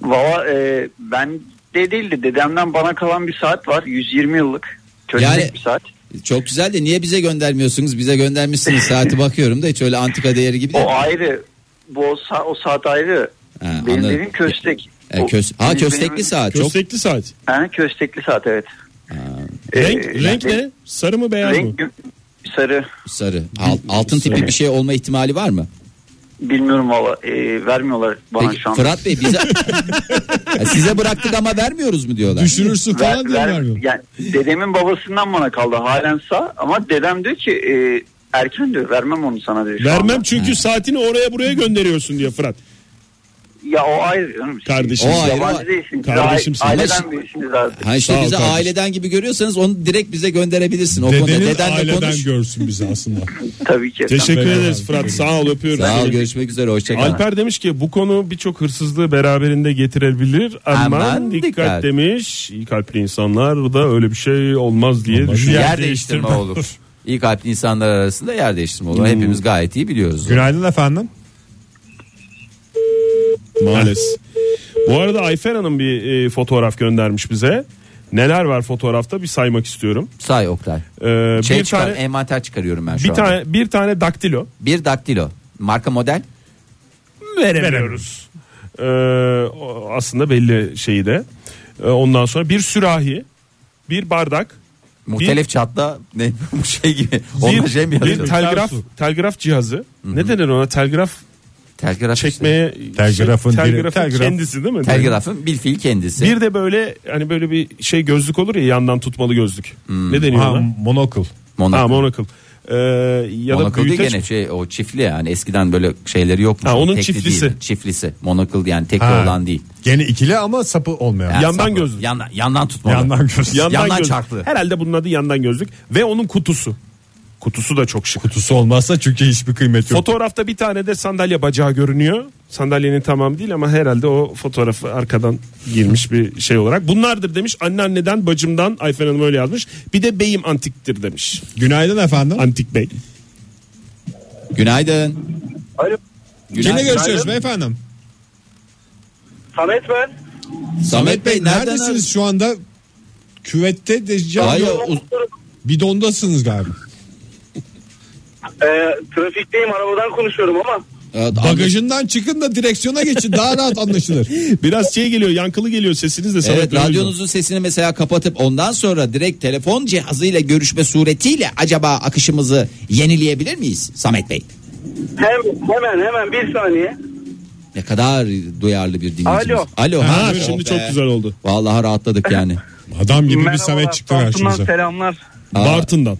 Speaker 12: Valla e, ben de değildi. Dedemden bana kalan bir saat var. 120 yıllık. Köşelik
Speaker 5: Yani-
Speaker 12: bir saat.
Speaker 5: Çok güzel de niye bize göndermiyorsunuz? Bize göndermişsiniz saati bakıyorum da hiç öyle antika değeri gibi değil.
Speaker 12: O ayrı. Bu o, sa- o saat ayrı.
Speaker 5: Ha,
Speaker 12: Benim
Speaker 5: anladım.
Speaker 12: dediğim köstek.
Speaker 5: E, kös- ha köstekli saat. Çok
Speaker 7: Köstekli saat.
Speaker 12: Yani köstekli saat evet.
Speaker 7: Renk,
Speaker 12: Ee,
Speaker 7: renk
Speaker 12: yani-
Speaker 7: ne? Sarı mı beyaz mı?
Speaker 12: Renk sarı.
Speaker 5: sarı. Al- altın tipi bir şey olma ihtimali var mı?
Speaker 12: Bilmiyorum valla. E, vermiyorlar bana
Speaker 5: Peki
Speaker 12: şu an.
Speaker 5: Fırat Bey bize Ya E, size bıraktık ama vermiyoruz mu diyorlar?
Speaker 12: Ver-
Speaker 1: Düşürürsün falan diye
Speaker 12: ver-
Speaker 1: vermiyor.
Speaker 12: yani dedemin babasından bana kaldı halen sağ ama dedem diyor ki e, erken diyor vermem onu sana diyor. şu anda.
Speaker 7: Vermem çünkü saatini oraya buraya gönderiyorsun diyor Fırat.
Speaker 12: Ya o ayrı canım.
Speaker 7: Kardeşim.
Speaker 5: O ayrı.
Speaker 12: Yabancı değilsin.
Speaker 7: Kardeşim sen.
Speaker 12: Aileden büyüksünüz abi.
Speaker 5: Ha işte
Speaker 7: Sağ ol
Speaker 5: bizi
Speaker 7: kardeşim.
Speaker 5: aileden gibi görüyorsanız onu direkt bize gönderebilirsin. O konuda
Speaker 1: Dedenin
Speaker 5: dedenle
Speaker 1: aileden
Speaker 5: konuş.
Speaker 1: görsün bizi aslında.
Speaker 12: Tabii ki.
Speaker 7: Teşekkür
Speaker 1: Beraber.
Speaker 7: ederiz Fırat. Sağ ol öpüyoruz.
Speaker 5: Sağ ol
Speaker 7: seni.
Speaker 5: görüşmek üzere hoşçakalın.
Speaker 7: Alper demiş ki bu konu birçok hırsızlığı beraberinde getirebilir. Aman,
Speaker 6: Aman
Speaker 7: dikkat,
Speaker 6: dikkat.
Speaker 7: demiş. İyi kalpli insanlar da öyle bir şey olmaz diye düşünüyor.
Speaker 6: Yer, değiştirme olur. İyi kalpli insanlar arasında yer değiştirme
Speaker 7: Hmm.
Speaker 6: olur. Hepimiz gayet iyi biliyoruz.
Speaker 1: Günaydın efendim.
Speaker 7: Maalesef. Bu arada Ayfer Hanım bir e, fotoğraf göndermiş bize. Neler var fotoğrafta bir saymak istiyorum.
Speaker 6: Say Oktay.
Speaker 7: Ee,
Speaker 6: Şey
Speaker 7: bir
Speaker 6: çıkar,
Speaker 7: tane
Speaker 6: envanter çıkarıyorum ben şu
Speaker 7: bir
Speaker 6: anda.
Speaker 7: tane bir tane daktilo
Speaker 6: Bir daktilo. Marka model.
Speaker 7: veremiyoruz. Ee, o- aslında belli şeyi de. Ee, ondan sonra bir sürahi, bir bardak,
Speaker 6: Muhtelif çatla ne bu şey gibi. Onunla
Speaker 7: bir,
Speaker 6: şey mi
Speaker 7: bir
Speaker 6: yazıyor?
Speaker 7: telgraf telgraf cihazı. Ne denir ona? Telgraf
Speaker 6: Telgraf işte.
Speaker 7: çekmeye
Speaker 1: Telgrafın
Speaker 7: şey,
Speaker 1: diri-
Speaker 7: telgrafın
Speaker 1: telgraf.
Speaker 7: kendisi değil mi?
Speaker 6: Telgrafın bir fiil kendisi.
Speaker 7: Bir de böyle hani böyle bir şey gözlük olur ya yandan tutmalı gözlük. Ne deniyor
Speaker 1: Ha,
Speaker 7: ona?
Speaker 1: monokul.
Speaker 6: Monaco.
Speaker 7: Ha monokul. Ee, ya da
Speaker 6: Monokıl değil
Speaker 7: büyüteç
Speaker 6: gene şey o çiftli yani eskiden böyle şeyleri yokmuş. Hani
Speaker 7: Ha, onun
Speaker 6: Tekli
Speaker 7: çiftlisi.
Speaker 6: Değil, çiftlisi. Monokıl yani tekli
Speaker 1: Ha.
Speaker 6: olan değil.
Speaker 1: Gene ikili ama sapı olmayan.
Speaker 6: Yani
Speaker 7: Yandan
Speaker 6: saplı.
Speaker 7: gözlü.
Speaker 6: Yandan, yandan tutmalı.
Speaker 1: Yandan gözlü.
Speaker 6: Yandan,
Speaker 7: gözlük.
Speaker 6: çarklı.
Speaker 7: Herhalde bunun adı yandan gözlük ve onun kutusu. Kutusu da çok şık.
Speaker 1: Kutusu olmazsa çünkü hiçbir kıymeti yok.
Speaker 7: Fotoğrafta bir tane de sandalye bacağı görünüyor. Sandalyenin tamamı değil ama herhalde o fotoğrafı arkadan girmiş bir şey olarak. Bunlardır demiş anneanneden bacımdan Ayfer Hanım öyle yazmış. Bir de beyim antiktir demiş.
Speaker 1: Günaydın efendim.
Speaker 7: Antik bey.
Speaker 5: Günaydın.
Speaker 13: Alo.
Speaker 1: Kimle
Speaker 5: Günaydın.
Speaker 1: görüşüyoruz beyefendi?
Speaker 13: Samet ben.
Speaker 5: Samet Bey nereden
Speaker 1: neredesiniz şu anda? Küvette de
Speaker 5: ar- Hayır,
Speaker 1: Hayır.
Speaker 5: uz-
Speaker 1: bidondasınız galiba.
Speaker 13: Ee, trafikteyim arabadan konuşuyorum ama.
Speaker 5: e,
Speaker 1: Bagajından çıkın da direksiyona geçin daha rahat anlaşılır.
Speaker 7: Biraz şey geliyor yankılı geliyor sesiniz de Samet
Speaker 5: Evet
Speaker 7: Bey, öyle
Speaker 5: radyonuzun sesini mesela kapatıp ondan sonra direkt telefon cihazıyla görüşme suretiyle acaba akışımızı yenileyebilir miyiz Samet Bey?
Speaker 13: Hem, hemen hemen bir saniye.
Speaker 5: Ne kadar duyarlı bir dinleyicimiz.
Speaker 13: Alo.
Speaker 5: Alo.
Speaker 7: mi?
Speaker 5: ha,
Speaker 7: Ha,
Speaker 5: oh
Speaker 7: şimdi
Speaker 5: be.
Speaker 7: çok güzel oldu.
Speaker 5: Vallahi rahatladık yani.
Speaker 1: Adam gibi bir
Speaker 13: Merhabalar,
Speaker 1: Samet çıktı
Speaker 13: Samsun'dan
Speaker 1: karşımıza.
Speaker 13: selamlar.
Speaker 5: Aa,
Speaker 7: Bartın'dan.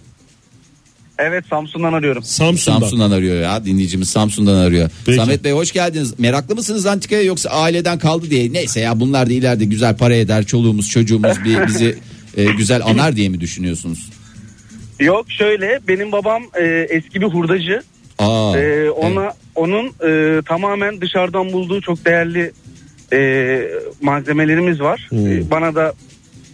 Speaker 13: Evet Samsun'dan arıyorum.
Speaker 7: Samsun'dan.
Speaker 5: Samsun'dan arıyor ya dinleyicimiz Samsun'dan arıyor.
Speaker 7: Peki.
Speaker 5: Samet Bey hoş geldiniz. Meraklı mısınız antikaya yoksa aileden kaldı diye. Neyse ya bunlar da ileride güzel para eder çoluğumuz çocuğumuz bir, bizi e, güzel anar diye mi düşünüyorsunuz?
Speaker 13: Yok şöyle benim babam e, eski bir hurdacı.
Speaker 5: Aa,
Speaker 13: Ee, ona
Speaker 5: evet.
Speaker 13: onun e, tamamen dışarıdan bulduğu çok değerli e, malzemelerimiz var.
Speaker 5: Hmm.
Speaker 13: Ee, Bana da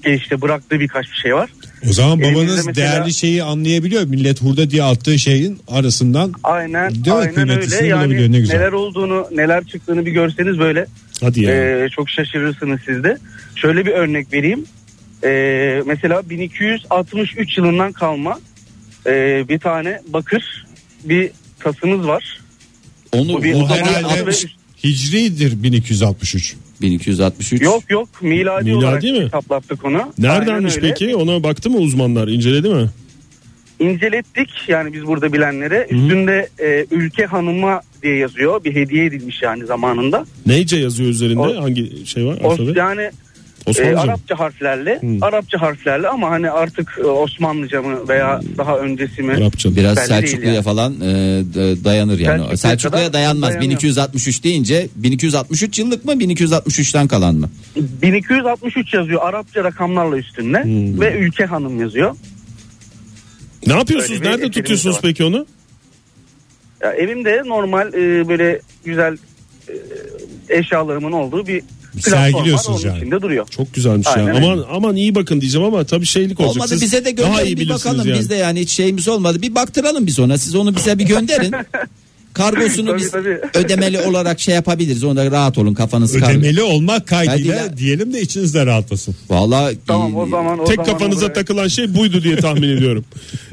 Speaker 13: e, işte bıraktığı birkaç bir şey var.
Speaker 1: O zaman
Speaker 13: Elimizde
Speaker 1: babanız
Speaker 13: mesela-
Speaker 1: değerli şeyi anlayabiliyor. Millet hurda diye attığı şeyin arasından
Speaker 13: Aynen
Speaker 1: Değil mi?
Speaker 13: aynen
Speaker 1: Kıymetlisini
Speaker 13: öyle.
Speaker 1: bulabiliyor,
Speaker 13: Yani
Speaker 1: ne güzel.
Speaker 13: neler olduğunu, neler çıktığını bir görseniz böyle
Speaker 7: Hadi ya.
Speaker 13: e, çok şaşırırsınız siz de. Şöyle bir örnek vereyim. Ee, mesela 1263 yılından kalma e, bir tane bakır bir tasımız var.
Speaker 5: onu
Speaker 13: bu bir-
Speaker 5: o
Speaker 1: o
Speaker 13: Hurda
Speaker 1: herhalde
Speaker 13: attığı-
Speaker 1: hicridir 1263.
Speaker 5: 1263.
Speaker 13: Yok yok miladi,
Speaker 7: Miladi
Speaker 13: olarak
Speaker 7: mi?
Speaker 13: hesaplattık onu.
Speaker 7: Neredenmiş
Speaker 13: Aynen öyle.
Speaker 7: peki? Ona baktı mı uzmanlar? İnceledi mi?
Speaker 13: İncelettik yani biz burada bilenlere. Üstünde e, ülke hanıma diye yazıyor. Bir hediye edilmiş yani zamanında.
Speaker 7: Neyce yazıyor üzerinde?
Speaker 13: O-
Speaker 7: Hangi şey var?
Speaker 13: O,
Speaker 7: Alfabe?
Speaker 13: yani
Speaker 7: Osmanlıca
Speaker 9: Ee,
Speaker 7: mı?
Speaker 9: Arapça harflerle. Arapça harflerle ama hani artık e, Osmanlıca mı veya daha öncesi mi?
Speaker 12: Biraz
Speaker 9: Belli değil
Speaker 12: Selçuklu'ya
Speaker 9: yani.
Speaker 12: falan e, da- dayanır yani.
Speaker 9: Selçuklu'ya
Speaker 12: Selçuklu'ya
Speaker 9: kadar
Speaker 12: dayanmaz.
Speaker 9: dayanıyor.
Speaker 12: 1263 deyince 1263 yıllık mı 1263'ten kalan mı?
Speaker 9: 1263 yazıyor Arapça rakamlarla üstünde ve ülke hanım yazıyor.
Speaker 7: Ne yapıyorsunuz?
Speaker 9: Öyle bir
Speaker 7: Nerede
Speaker 9: etkimiz
Speaker 7: tutuyorsunuz
Speaker 9: var.
Speaker 7: peki onu?
Speaker 9: Ya evimde normal e, böyle güzel e, eşyalarımın olduğu bir platform
Speaker 7: Sergiliyorsunuz
Speaker 9: var. Onun
Speaker 7: yani.
Speaker 9: içinde duruyor.
Speaker 7: Çok güzelmiş
Speaker 9: Aynen
Speaker 7: ya.
Speaker 9: öyle.
Speaker 7: Aman aman iyi bakın diyeceğim ama tabii şeylik olacak.
Speaker 12: Olmadı
Speaker 7: Siz
Speaker 12: bize de
Speaker 7: daha
Speaker 12: gönderin
Speaker 7: iyi
Speaker 12: bir bakalım
Speaker 7: bilirsiniz
Speaker 12: biz de yani hiç şeyimiz olmadı. Bir baktıralım biz ona. Siz onu bize bir gönderin. Kargosunu
Speaker 9: Tabii,
Speaker 12: biz
Speaker 9: tabii.
Speaker 12: ödemeli olarak şey yapabiliriz. Onda rahat olun kafanız kargı.
Speaker 2: Ödemeli olmak kaydıyla
Speaker 12: Kaydıyla-
Speaker 2: diyelim de içiniz de rahatlasın.
Speaker 12: Vallahi
Speaker 9: Tamam o zaman o
Speaker 7: Tek
Speaker 9: zaman
Speaker 7: kafanıza
Speaker 9: oraya-
Speaker 7: takılan şey buydu diye tahmin ediyorum.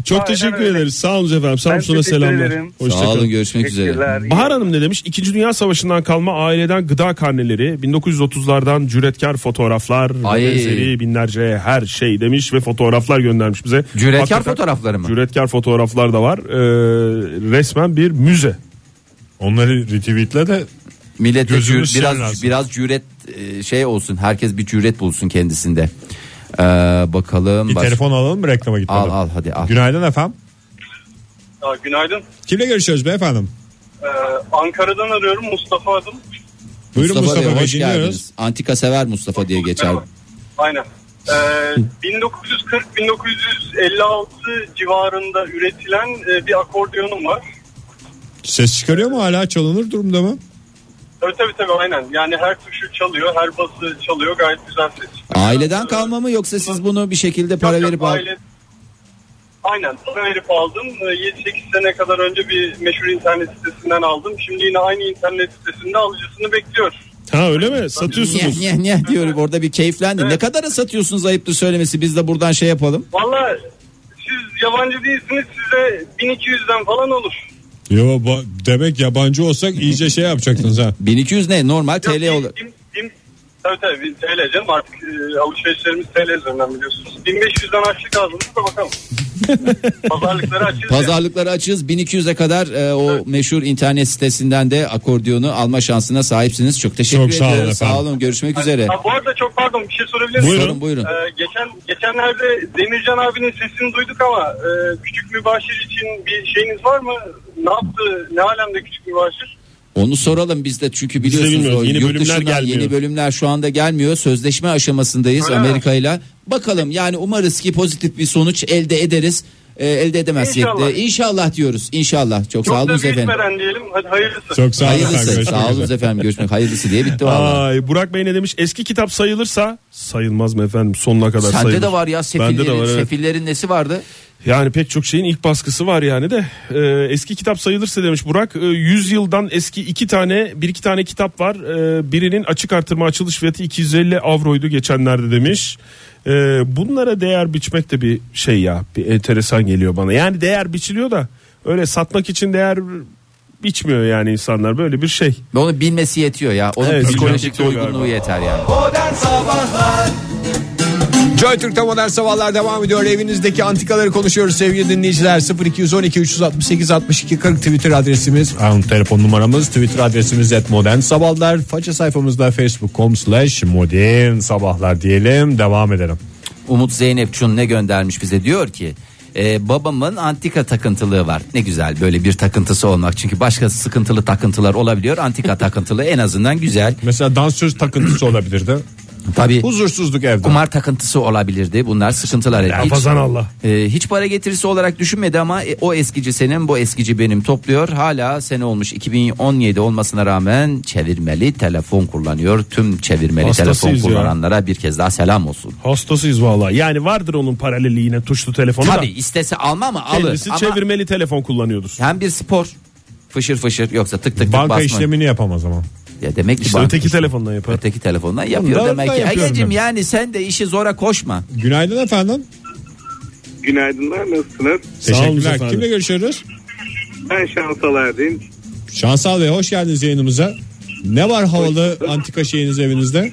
Speaker 7: Çok
Speaker 9: Aynen
Speaker 7: teşekkür
Speaker 9: öyle.
Speaker 7: ederiz. Sağ olun efendim. Samsun'a
Speaker 9: teşekkür
Speaker 7: selamlar.
Speaker 9: ederim.
Speaker 12: Sağ
Speaker 7: Hoşçakalın.
Speaker 12: olun görüşmek üzere.
Speaker 9: Teşekkürler.
Speaker 7: Bahar Hanım ne demiş? İkinci Dünya Savaşı'ndan kalma aileden gıda karneleri, 1930'lardan cüretkar fotoğraflar, ve
Speaker 6: Ay.
Speaker 7: benzeri binlerce her şey demiş ve fotoğraflar göndermiş bize.
Speaker 6: Cüretkar fotoğrafları mı?
Speaker 7: Cüretkar fotoğraflar da var. Ee, resmen bir müze.
Speaker 2: Onları retweetle de
Speaker 6: Millete
Speaker 2: Gözümüz şey
Speaker 6: cür- biraz
Speaker 2: siyah
Speaker 6: biraz cüret e, şey olsun. Herkes bir cüret bulsun kendisinde. Ee, bakalım.
Speaker 2: bir
Speaker 6: baş-
Speaker 2: telefon alalım mı reklama gitmeden?
Speaker 6: Al, al, hadi al.
Speaker 2: Günaydın efendim.
Speaker 14: Aa, günaydın.
Speaker 2: Kimle görüşüyoruz beyefendim?
Speaker 14: Ee, Ankara'dan arıyorum. Mustafa adım.
Speaker 2: Buyurun Mustafa,
Speaker 12: Bey,
Speaker 2: Bey,
Speaker 12: hoş
Speaker 2: dinliyoruz.
Speaker 12: geldiniz. Antika sever Mustafa diye geçer.
Speaker 14: Merhaba. Aynen. Ee, 1940-1956 civarında üretilen e, bir akordiyonum var.
Speaker 2: Ses çıkarıyor mu hala çalınır durumda mı?
Speaker 14: Tabii tabii tabii aynen. Yani her tuşu çalıyor, her bası çalıyor. Gayet güzel ses. çıkıyor.
Speaker 12: Aileden
Speaker 14: Ee,
Speaker 12: kalma mı yoksa siz bunu bir şekilde para
Speaker 14: yok, yok,
Speaker 12: verip al-
Speaker 14: aile- Aynen para verip aldım. Ee, 7-8 sene kadar önce bir meşhur internet sitesinden aldım. Şimdi yine aynı internet sitesinde alıcısını bekliyor.
Speaker 7: Ha öyle mi? Satıyorsunuz.
Speaker 12: Nyeh, nyeh, nyeh diyorum orada bir keyiflendi. Ne kadara satıyorsunuz ayıptır söylemesi biz de buradan şey yapalım.
Speaker 14: Valla siz yabancı değilsiniz size 1200'den falan olur.
Speaker 2: Yo, ba- demek yabancı olsak iyice şey yapacaktınız ha.
Speaker 12: 1200 ne normal
Speaker 14: Yok,
Speaker 12: TL
Speaker 14: bin-
Speaker 12: olur.
Speaker 14: bin- bin- Tabii tabii bin TL canım artık e, alışverişlerimiz TL üzerinden biliyorsunuz. 1500'den açlık aldınız da bakalım. Pazarlıkları açıyoruz.
Speaker 12: Pazarlıkları açığız 1200'e kadar e, o meşhur internet sitesinden de akordiyonu alma şansına sahipsiniz. Çok teşekkür
Speaker 2: Çok sağ olun
Speaker 12: ediyoruz. Sağ
Speaker 2: efendim.
Speaker 12: olun görüşmek
Speaker 14: ya.
Speaker 12: üzere.
Speaker 14: Ha, bu arada çok pardon bir şey sorabilir miyim?
Speaker 12: Buyurun, buyurun.
Speaker 14: Ee, geçen geçenlerde Demircan abinin sesini duyduk ama e, küçük mübaşir için bir şeyiniz var mı? Ne yaptı? Ne alemde küçük mübaşir?
Speaker 12: Onu soralım biz de çünkü
Speaker 7: de
Speaker 12: biliyorsunuz
Speaker 7: bilmiyoruz.
Speaker 12: o
Speaker 7: Yeni
Speaker 12: yurt
Speaker 7: bölümler
Speaker 12: dışından
Speaker 7: gelmiyor.
Speaker 12: yeni bölümler şu anda gelmiyor. Sözleşme aşamasındayız
Speaker 14: Öyle mi?
Speaker 12: Amerika ile. Bakalım yani umarız ki pozitif bir sonuç elde ederiz. Ee, elde edemezsek
Speaker 14: İnşallah.
Speaker 12: de inşallah diyoruz. İnşallah. Çok sağ
Speaker 14: Çok
Speaker 12: olun
Speaker 14: da büyük
Speaker 12: efendim.
Speaker 14: veren diyelim. Hadi hayırlısı.
Speaker 2: Çok sağ olun. efendim,
Speaker 12: Hayırlısı.
Speaker 2: görüşmek
Speaker 12: Sağ olun
Speaker 2: üzere.
Speaker 12: efendim. Görüşmek hayırlısı diye bitti valla.
Speaker 7: Ay Burak Bey ne demiş? Eski kitap sayılırsa sayılmaz mı efendim? Sonuna kadar sayılır.
Speaker 6: Sende de var ya
Speaker 7: Bende de
Speaker 6: sefillerin,
Speaker 7: var, evet.
Speaker 6: sefillerin nesi vardı?
Speaker 7: Yani pek çok şeyin ilk baskısı var yani de Ee, eski kitap sayılırsa demiş Burak e, 100 yıldan eski iki tane bir iki tane kitap var Ee, birinin açık artırma açılış fiyatı 250 avroydu geçenlerde demiş Ee, bunlara değer biçmek de bir şey ya bir enteresan geliyor bana yani değer biçiliyor da öyle satmak için değer biçmiyor yani insanlar böyle bir şey
Speaker 6: Ve Onu bilmesi yetiyor ya. Onun
Speaker 7: Evet,
Speaker 6: psikolojik
Speaker 7: yetiyor
Speaker 6: doygunluğu
Speaker 7: galiba.
Speaker 6: yeter yani.
Speaker 1: Joy Türk'te modern sabahlar devam ediyor. Evinizdeki antikaları konuşuyoruz sevgili dinleyiciler. 0212 368 62 40 Twitter adresimiz. An telefon numaramız Twitter adresimiz et modern sabahlar. Faça sayfamızda facebook.com slash modern sabahlar diyelim. Devam edelim.
Speaker 6: Umut Zeynep Çun ne göndermiş bize diyor ki e, babamın antika takıntılığı var. Ne güzel böyle bir takıntısı olmak. Çünkü başka sıkıntılı takıntılar olabiliyor. Antika takıntılı en azından güzel.
Speaker 2: Mesela dansöz takıntısı olabilirdi.
Speaker 6: Tabii
Speaker 2: Huzursuzluk evde.
Speaker 6: kumar takıntısı olabilirdi. Bunlar sıkıntılar. Hiç-
Speaker 7: Hafazan Allah
Speaker 6: Ee, hiç para getirisi olarak düşünmedi ama e, o eskici senin bu eskici benim topluyor. Hala sene olmuş 2017 olmasına rağmen çevirmeli telefon kullanıyor. Tüm çevirmeli telefon
Speaker 7: Hastasıyız ya.
Speaker 6: kullananlara bir kez daha selam olsun.
Speaker 7: hastasıyız vallahi yani vardır onun paraleli yine tuşlu telefonu
Speaker 6: Tabii
Speaker 7: da
Speaker 6: istese alma mı alır
Speaker 7: kendisi
Speaker 6: ama
Speaker 7: çevirmeli telefon kullanıyordur.
Speaker 6: hem bir spor fışır fışır yoksa tık tık tık
Speaker 2: Banka
Speaker 6: basma.
Speaker 2: işlemini yapamaz ama.
Speaker 6: Ya demek ki
Speaker 7: İşte
Speaker 6: banka
Speaker 7: öteki
Speaker 6: işlemi.
Speaker 7: telefondan yapar.
Speaker 6: Öteki telefondan yapıyor
Speaker 2: Ben-
Speaker 6: demek
Speaker 2: ben
Speaker 6: ki.
Speaker 2: yapıyorum
Speaker 6: Ayacım
Speaker 2: demek.
Speaker 6: yani sen de işi zora koşma.
Speaker 2: Günaydın efendim.
Speaker 14: Günaydınlar nasılsınız?
Speaker 2: Teşekkürler.
Speaker 7: efendim.
Speaker 2: Kimle görüşüyoruz?
Speaker 14: Ben Şansalardayım.
Speaker 2: Şansal Bey hoş geldiniz yayınımıza. Ne var havalı antika şeyiniz evinizde?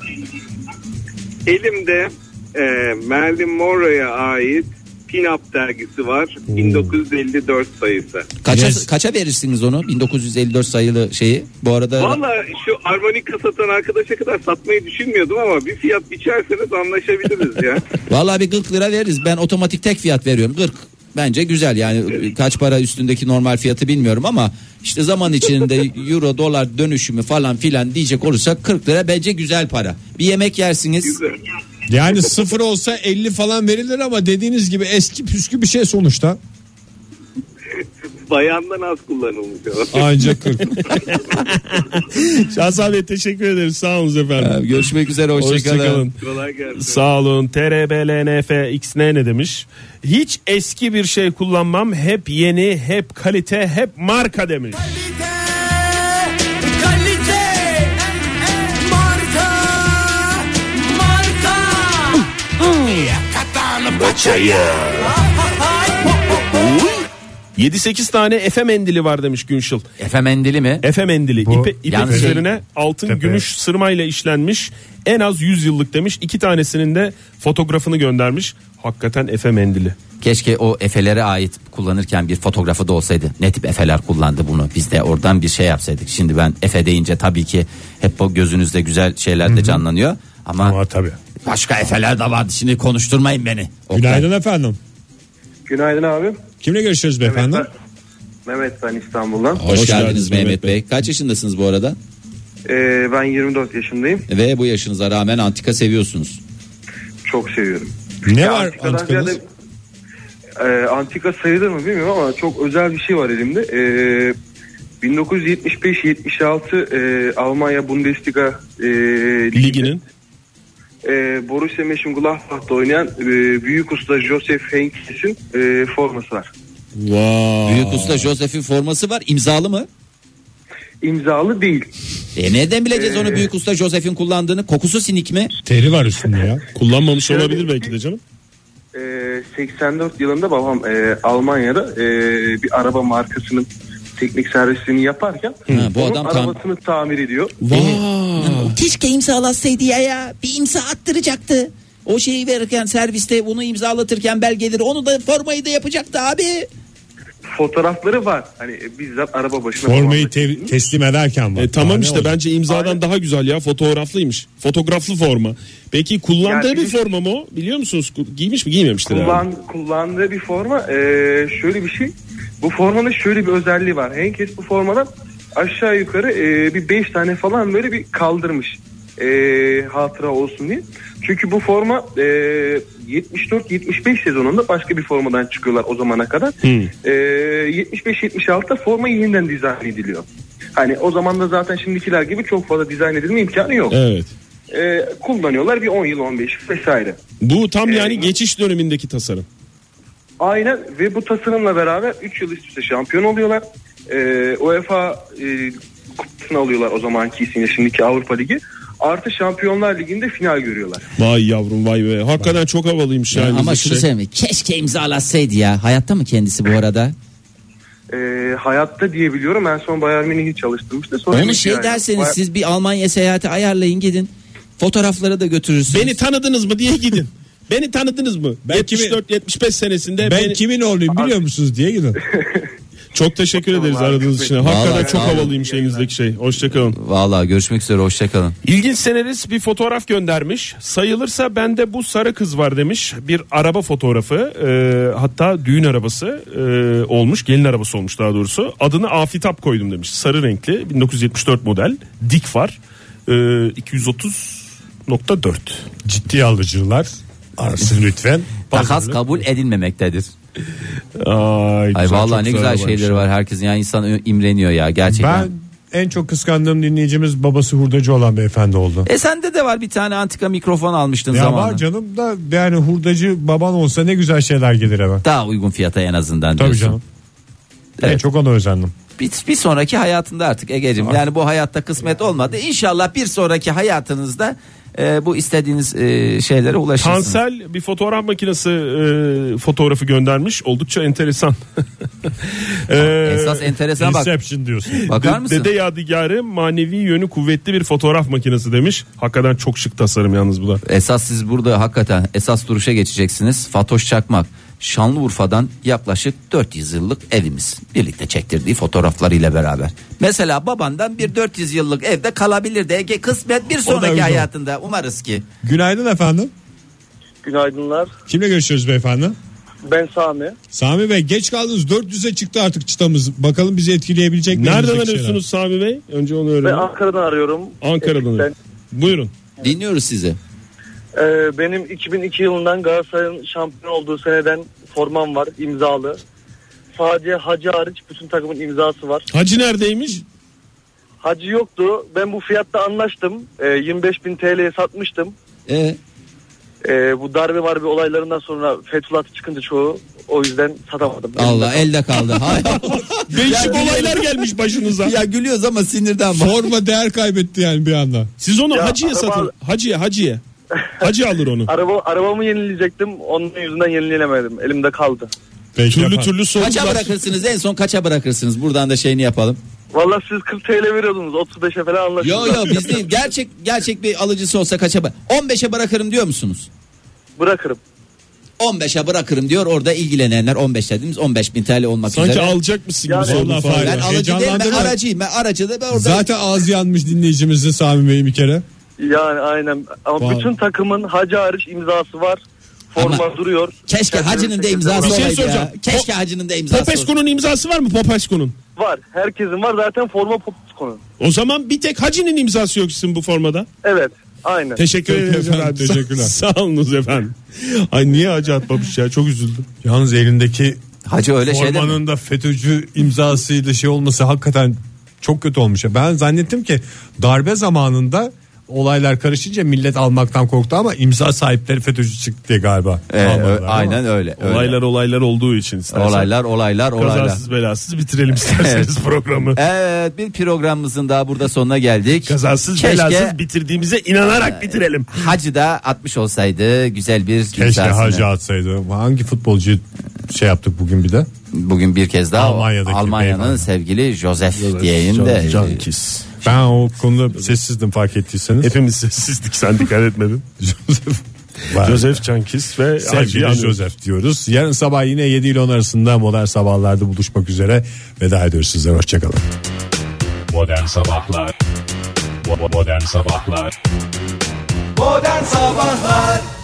Speaker 14: Elimde e, Marilyn Monroe'ya ait Sinap dergisi var. 1954 sayısı.
Speaker 6: Kaça, kaça verirsiniz onu 1954 sayılı şeyi? Bu arada
Speaker 14: Valla şu armonika satan arkadaşa kadar satmayı düşünmüyordum ama bir fiyat biçerseniz anlaşabiliriz ya.
Speaker 6: Vallahi bir 40 lira veririz. Ben otomatik tek fiyat veriyorum. 40. Bence güzel yani kaç para üstündeki normal fiyatı bilmiyorum ama işte zaman içinde euro dolar dönüşümü falan filan diyecek olursak 40 lira bence güzel para. Bir yemek yersiniz.
Speaker 1: Yani sıfır olsa 50 falan verilir ama dediğiniz gibi eski püskü bir şey sonuçta.
Speaker 14: Bayandan az kullanılmış.
Speaker 1: Ancak 40. Şahsa Bey teşekkür ederim. Sağ olun efendim.
Speaker 6: görüşmek üzere.
Speaker 7: hoşçakalın.
Speaker 14: Kolay gelsin.
Speaker 7: Sağ olun. TRBLNFXN ne demiş? Hiç eski bir şey kullanmam. Hep yeni, hep kalite, hep marka demiş. Paçaya. 7-8 tane Efe mendili var demiş Günşıl.
Speaker 15: Efe mendili mi?
Speaker 7: Efe mendili.
Speaker 15: Bu-
Speaker 7: İpe, ipek
Speaker 15: Yalnız şey-
Speaker 7: üzerine altın,
Speaker 15: Tepe.
Speaker 7: gümüş sırmayla işlenmiş. En az 100 yıllık demiş. İki tanesinin de fotoğrafını göndermiş. Hakikaten Efe mendili.
Speaker 15: Keşke o efelere ait kullanırken bir fotoğrafı da olsaydı. Ne tip efeler kullandı bunu? Biz de oradan bir şey yapsaydık. Şimdi ben efe deyince tabii ki hep o gözünüzde güzel şeyler de canlanıyor. Ama,
Speaker 1: tabii.
Speaker 15: başka efeler de vardı. Şimdi konuşturmayın beni. Oktay.
Speaker 1: Günaydın efendim.
Speaker 16: Günaydın abi.
Speaker 1: Kimle görüşüyoruz beyefendi?
Speaker 16: Mehmet ben İstanbul'dan.
Speaker 6: Hoş, geldiniz, Mehmet Bey. Kaç yaşındasınız bu arada?
Speaker 16: Ee, ben 24 yaşındayım.
Speaker 6: Ve bu yaşınıza rağmen antika seviyorsunuz.
Speaker 16: Çok seviyorum.
Speaker 6: Ne
Speaker 16: Ya
Speaker 6: var
Speaker 16: antikadan
Speaker 6: antikanız?
Speaker 16: ziyade- Ee, antika sayılır mı bilmiyorum ama çok özel bir şey var elimde. Ee, 1975-76 e, Almanya Bundesliga e,
Speaker 7: liginin
Speaker 16: e, Borussia Mönchengladbach'ta oynayan e, büyük usta Josef Henkes'in e, forması var.
Speaker 6: Büyük usta Joseph'in forması var. İmzalı mı?
Speaker 16: İmzalı değil.
Speaker 6: E nereden bileceğiz onu
Speaker 16: Ee,
Speaker 6: büyük usta Joseph'in kullandığını? Kokusu sinik mi?
Speaker 1: Teri var üstünde ya.
Speaker 7: Kullanmamış olabilir belki de canım.
Speaker 16: Ee, 84 yılında babam e, Almanya'da e, bir araba markasının teknik servisini yaparken
Speaker 6: Ha, bu
Speaker 16: onun
Speaker 6: adam tam-
Speaker 16: arabasını tamir ediyor.
Speaker 6: Keşke imzalatsaydı ya ya. Bir imza attıracaktı. O şeyi verirken serviste bunu imzalatırken belgeleri onu da formayı da yapacaktı abi.
Speaker 16: Fotoğrafları var. Hani e, bizzat araba başına.
Speaker 1: Formayı te- teslim ederken var.
Speaker 7: E, tamam
Speaker 1: Daha ne
Speaker 7: işte
Speaker 1: olacak?
Speaker 7: bence imzadan daha güzel ya fotoğraflıymış. Fotoğraflı forma. Peki kullandığı
Speaker 16: Yani
Speaker 7: bir
Speaker 16: bir-
Speaker 7: forma mı o? Biliyor musunuz? Giymiş mi giymemiştir herhalde.
Speaker 16: Kullan, kullandığı bir forma e, şöyle bir şey. Bu formanın şöyle bir özelliği var. Henkes bu formadan aşağı yukarı e, bir 5 tane falan böyle bir kaldırmış. E, hatıra olsun diye. Çünkü bu forma e, 74-75 sezonunda başka bir formadan çıkıyorlar o zamana kadar. Ee, 75-76'da forma yeniden dizayn ediliyor. Hani o zaman da zaten şimdikiler gibi çok fazla dizayn edilme imkanı yok.
Speaker 7: Evet.
Speaker 16: Ee, kullanıyorlar bir 10 yıl 15 yıl vesaire.
Speaker 7: Bu tam yani geçiş dönemindeki tasarım.
Speaker 16: Aynen ve bu tasarımla beraber 3 yıl üst üste şampiyon oluyorlar. Ee, UEFA e, kupasını alıyorlar o zamanki isimle şimdiki Avrupa Ligi. Artı Şampiyonlar Ligi'nde final görüyorlar.
Speaker 7: Vay yavrum vay be. Hakikaten çok havalıymış yani.
Speaker 6: ama
Speaker 7: bizdeki
Speaker 6: şunu
Speaker 7: şey.
Speaker 6: söyleme. Keşke imzalatsaydı ya. Hayatta mı kendisi bu arada?
Speaker 16: Ee, hayatta diyebiliyorum en son Bayern Münih'i çalıştırmıştı. Sonra
Speaker 6: Onu
Speaker 16: bitti
Speaker 6: şey
Speaker 16: yani.
Speaker 6: derseniz
Speaker 16: Bay-
Speaker 6: siz bir Almanya seyahati ayarlayın gidin. Fotoğrafları da götürürsünüz.
Speaker 7: Beni tanıdınız mı diye gidin. Beni tanıdınız mı?
Speaker 6: Ben
Speaker 7: 74-75 senesinde
Speaker 1: Ben
Speaker 7: beni-
Speaker 1: kimin oğluyum biliyor musunuz diye gidin.
Speaker 7: Çok teşekkür ederiz aradığınız için. Hakikaten çok havalıymış elinizdeki şey. Hoşçakalın.
Speaker 15: Vallahi görüşmek üzere hoşçakalın.
Speaker 7: İlginç senarist bir fotoğraf göndermiş. Sayılırsa bende bu sarı kız var demiş. Bir araba fotoğrafı e, hatta düğün arabası e, olmuş. Gelin arabası olmuş daha doğrusu. Adını Afitap koydum demiş. Sarı renkli 1974 model. Dik var. E, 230.4.
Speaker 1: Ciddi alıcılar arasın lütfen.
Speaker 15: Takas kabul edilmemektedir.
Speaker 7: Ay,
Speaker 15: Ay vallahi ne güzel
Speaker 1: şeyler
Speaker 15: şeyleri var herkesin. Yani insan ö- imreniyor ya gerçekten.
Speaker 1: Ben en çok kıskandığım dinleyicimiz babası hurdacı olan beyefendi oldu.
Speaker 15: E sende de var bir tane antika mikrofon almıştın
Speaker 1: ya
Speaker 15: zamanında.
Speaker 1: var canım da yani hurdacı baban olsa ne güzel şeyler gelir hemen.
Speaker 15: Daha uygun fiyata en azından
Speaker 1: Tabii
Speaker 15: diyorsun.
Speaker 1: canım. En
Speaker 15: Evet.
Speaker 1: çok ona özendim.
Speaker 15: Bir, bir sonraki hayatında artık Ege'cim. Yani bu hayatta kısmet olmadı. İnşallah bir sonraki hayatınızda e, bu istediğiniz e, şeylere ulaşırsınız.
Speaker 7: Tansel bir fotoğraf makinesi e, fotoğrafı göndermiş. Oldukça enteresan. E,
Speaker 15: Esas enteresan bak.
Speaker 1: Inception diyorsun.
Speaker 15: Bakar
Speaker 7: De-
Speaker 15: mısın?
Speaker 7: Dede Yadigarı manevi yönü kuvvetli bir fotoğraf makinesi demiş. Hakikaten çok şık tasarım yalnız bu da.
Speaker 15: Esas siz burada hakikaten esas duruşa geçeceksiniz. Fatoş Çakmak.
Speaker 6: Şanlıurfa'dan yaklaşık 400 yıllık evimiz. Birlikte çektirdiği fotoğraflarıyla beraber. Mesela babandan bir 400 yıllık evde kalabilirdi. Ege kısmet bir
Speaker 2: da
Speaker 6: sonraki
Speaker 2: güzel.
Speaker 6: hayatında umarız ki.
Speaker 2: Günaydın efendim.
Speaker 17: Günaydınlar.
Speaker 2: Kimle görüşüyoruz beyefendi?
Speaker 17: Ben Sami.
Speaker 2: Sami Bey geç kaldınız 400'e çıktı artık çıtamız. Bakalım bizi etkileyebilecek mi?
Speaker 7: Nereden
Speaker 2: önümüzdeki
Speaker 7: arıyorsunuz Sami Bey? Önce onu
Speaker 17: Ben
Speaker 7: öğrenelim.
Speaker 17: Ankara'dan arıyorum.
Speaker 7: Ankara'dan.
Speaker 17: Ben-
Speaker 7: Buyurun.
Speaker 12: Dinliyoruz sizi.
Speaker 17: Ee, benim 2002 yılından Galatasaray'ın şampiyon olduğu seneden formam var imzalı. Sadece Hacı hariç bütün takımın imzası var.
Speaker 7: Hacı neredeymiş?
Speaker 17: Hacı yoktu. Ben bu fiyatta anlaştım. Ee, 25 bin TL'ye satmıştım.
Speaker 12: Ee?
Speaker 17: Ee, bu darbe marbe olaylarından sonra Fethullah çıkınca çoğu o yüzden satamadım.
Speaker 12: Allah elde kaldı. Hay-
Speaker 7: Değişik olaylar gelmiş başınıza.
Speaker 12: ya gülüyoruz ama sinirden.
Speaker 2: sırada? Forma değer kaybetti yani bir anda.
Speaker 7: Siz onu
Speaker 17: Ya,
Speaker 7: Hacı'ya
Speaker 17: araba-
Speaker 7: satın. Hacı'ya Hacı'ya. Hacı alır onu.
Speaker 17: Araba, arabamı yenileyecektim. Onun yüzünden yenileyemedim. Elimde kaldı.
Speaker 7: türlü türlü
Speaker 12: Kaça
Speaker 7: sorunlar.
Speaker 12: bırakırsınız en son kaça bırakırsınız? Buradan da şeyini yapalım.
Speaker 17: Valla siz 40 TL veriyordunuz. 35'e falan anlaşıldı.
Speaker 12: Yo yo biz değil. Gerçek gerçek bir alıcısı olsa kaça bı- 15'e bırakırım diyor musunuz?
Speaker 17: Bırakırım.
Speaker 12: 15'e bırakırım diyor. Orada ilgilenenler 15 dediğimiz 15 bin TL olmak
Speaker 7: Sanki
Speaker 12: üzere.
Speaker 7: alacak mısın gibi
Speaker 17: Ya,
Speaker 7: sordun
Speaker 2: vallahi
Speaker 7: Fahri.
Speaker 12: ben alıcı değilim ben
Speaker 2: Heyecanlandırma.
Speaker 12: aracıyım. Ben aracı da ben orada.
Speaker 2: Zaten ağzı yanmış dinleyicimizin Sami Bey'in bir kere.
Speaker 17: Yani aynen. Ama
Speaker 2: Vallahi.
Speaker 17: bütün takımın Hacı hariç imzası var.
Speaker 12: Ama-
Speaker 17: Forma duruyor.
Speaker 12: Keşke
Speaker 17: Herkesin
Speaker 12: hacının da
Speaker 17: sekiz
Speaker 12: imzası
Speaker 17: var.
Speaker 7: Bir şey
Speaker 12: olaydı ya.
Speaker 7: soracağım.
Speaker 12: Keşke
Speaker 7: Po-
Speaker 12: hacının da imzası olsaydı.
Speaker 7: Popescu'nun imzası var mı Popescu'nun?
Speaker 17: Var. Herkesin var. Zaten forma pop konu.
Speaker 7: O zaman bir tek Hacı'nın imzası yok sizin bu formada.
Speaker 17: Evet. Aynen.
Speaker 7: Teşekkür
Speaker 2: Peki
Speaker 7: ederiz
Speaker 2: efendim,
Speaker 7: efendim.
Speaker 2: teşekkürler.
Speaker 7: Sağ olunuz efendim. Ay niye Hacı atmamış ya çok üzüldüm.
Speaker 1: Yalnız elindeki
Speaker 6: Hacı öyle şey demiyor.
Speaker 1: formanın da FETÖ'cü imzasıyla şey olması hakikaten çok kötü olmuş. ya. Ben zannettim ki darbe zamanında olaylar karışınca millet almaktan korktu ama imza sahipleri FETÖ'cü çıktı diye galiba.
Speaker 12: E,
Speaker 6: Ee,
Speaker 1: Almadılar
Speaker 6: ö-
Speaker 1: ama.
Speaker 6: aynen öyle. öyle.
Speaker 7: Olaylar olaylar olduğu için istersen.
Speaker 6: Olaylar olaylar olaylar.
Speaker 7: Kazasız belasız bitirelim isterseniz programı.
Speaker 6: Evet bir programımızın daha burada sonuna geldik.
Speaker 7: Kazasız
Speaker 6: Keşke Ee,
Speaker 7: belasız bitirdiğimize inanarak bitirelim.
Speaker 6: Hacı da atmış olsaydı güzel bir
Speaker 1: Keşke
Speaker 6: imzasını.
Speaker 1: Hacı atsaydı. Hangi futbolcu şey yaptık bugün bir de?
Speaker 6: Bugün bir kez daha o-
Speaker 1: Almanya'daki
Speaker 6: Almanya'nın
Speaker 1: beyefendi.
Speaker 6: sevgili Joseph, diyeyim de.
Speaker 1: Ben o konuda sessizdim fark ettiyseniz.
Speaker 7: Hepimiz sessizdik sen dikkat etmedin.
Speaker 1: Var.
Speaker 7: Joseph Cankis ve
Speaker 1: Sevgili
Speaker 7: Hacı Joseph.
Speaker 1: Joseph diyoruz. Yarın sabah yine 7 ile 10 arasında modern sabahlarda buluşmak üzere. Veda ediyoruz sizlere. Hoşçakalın. Modern sabahlar. Modern sabahlar.
Speaker 6: Modern Sabahlar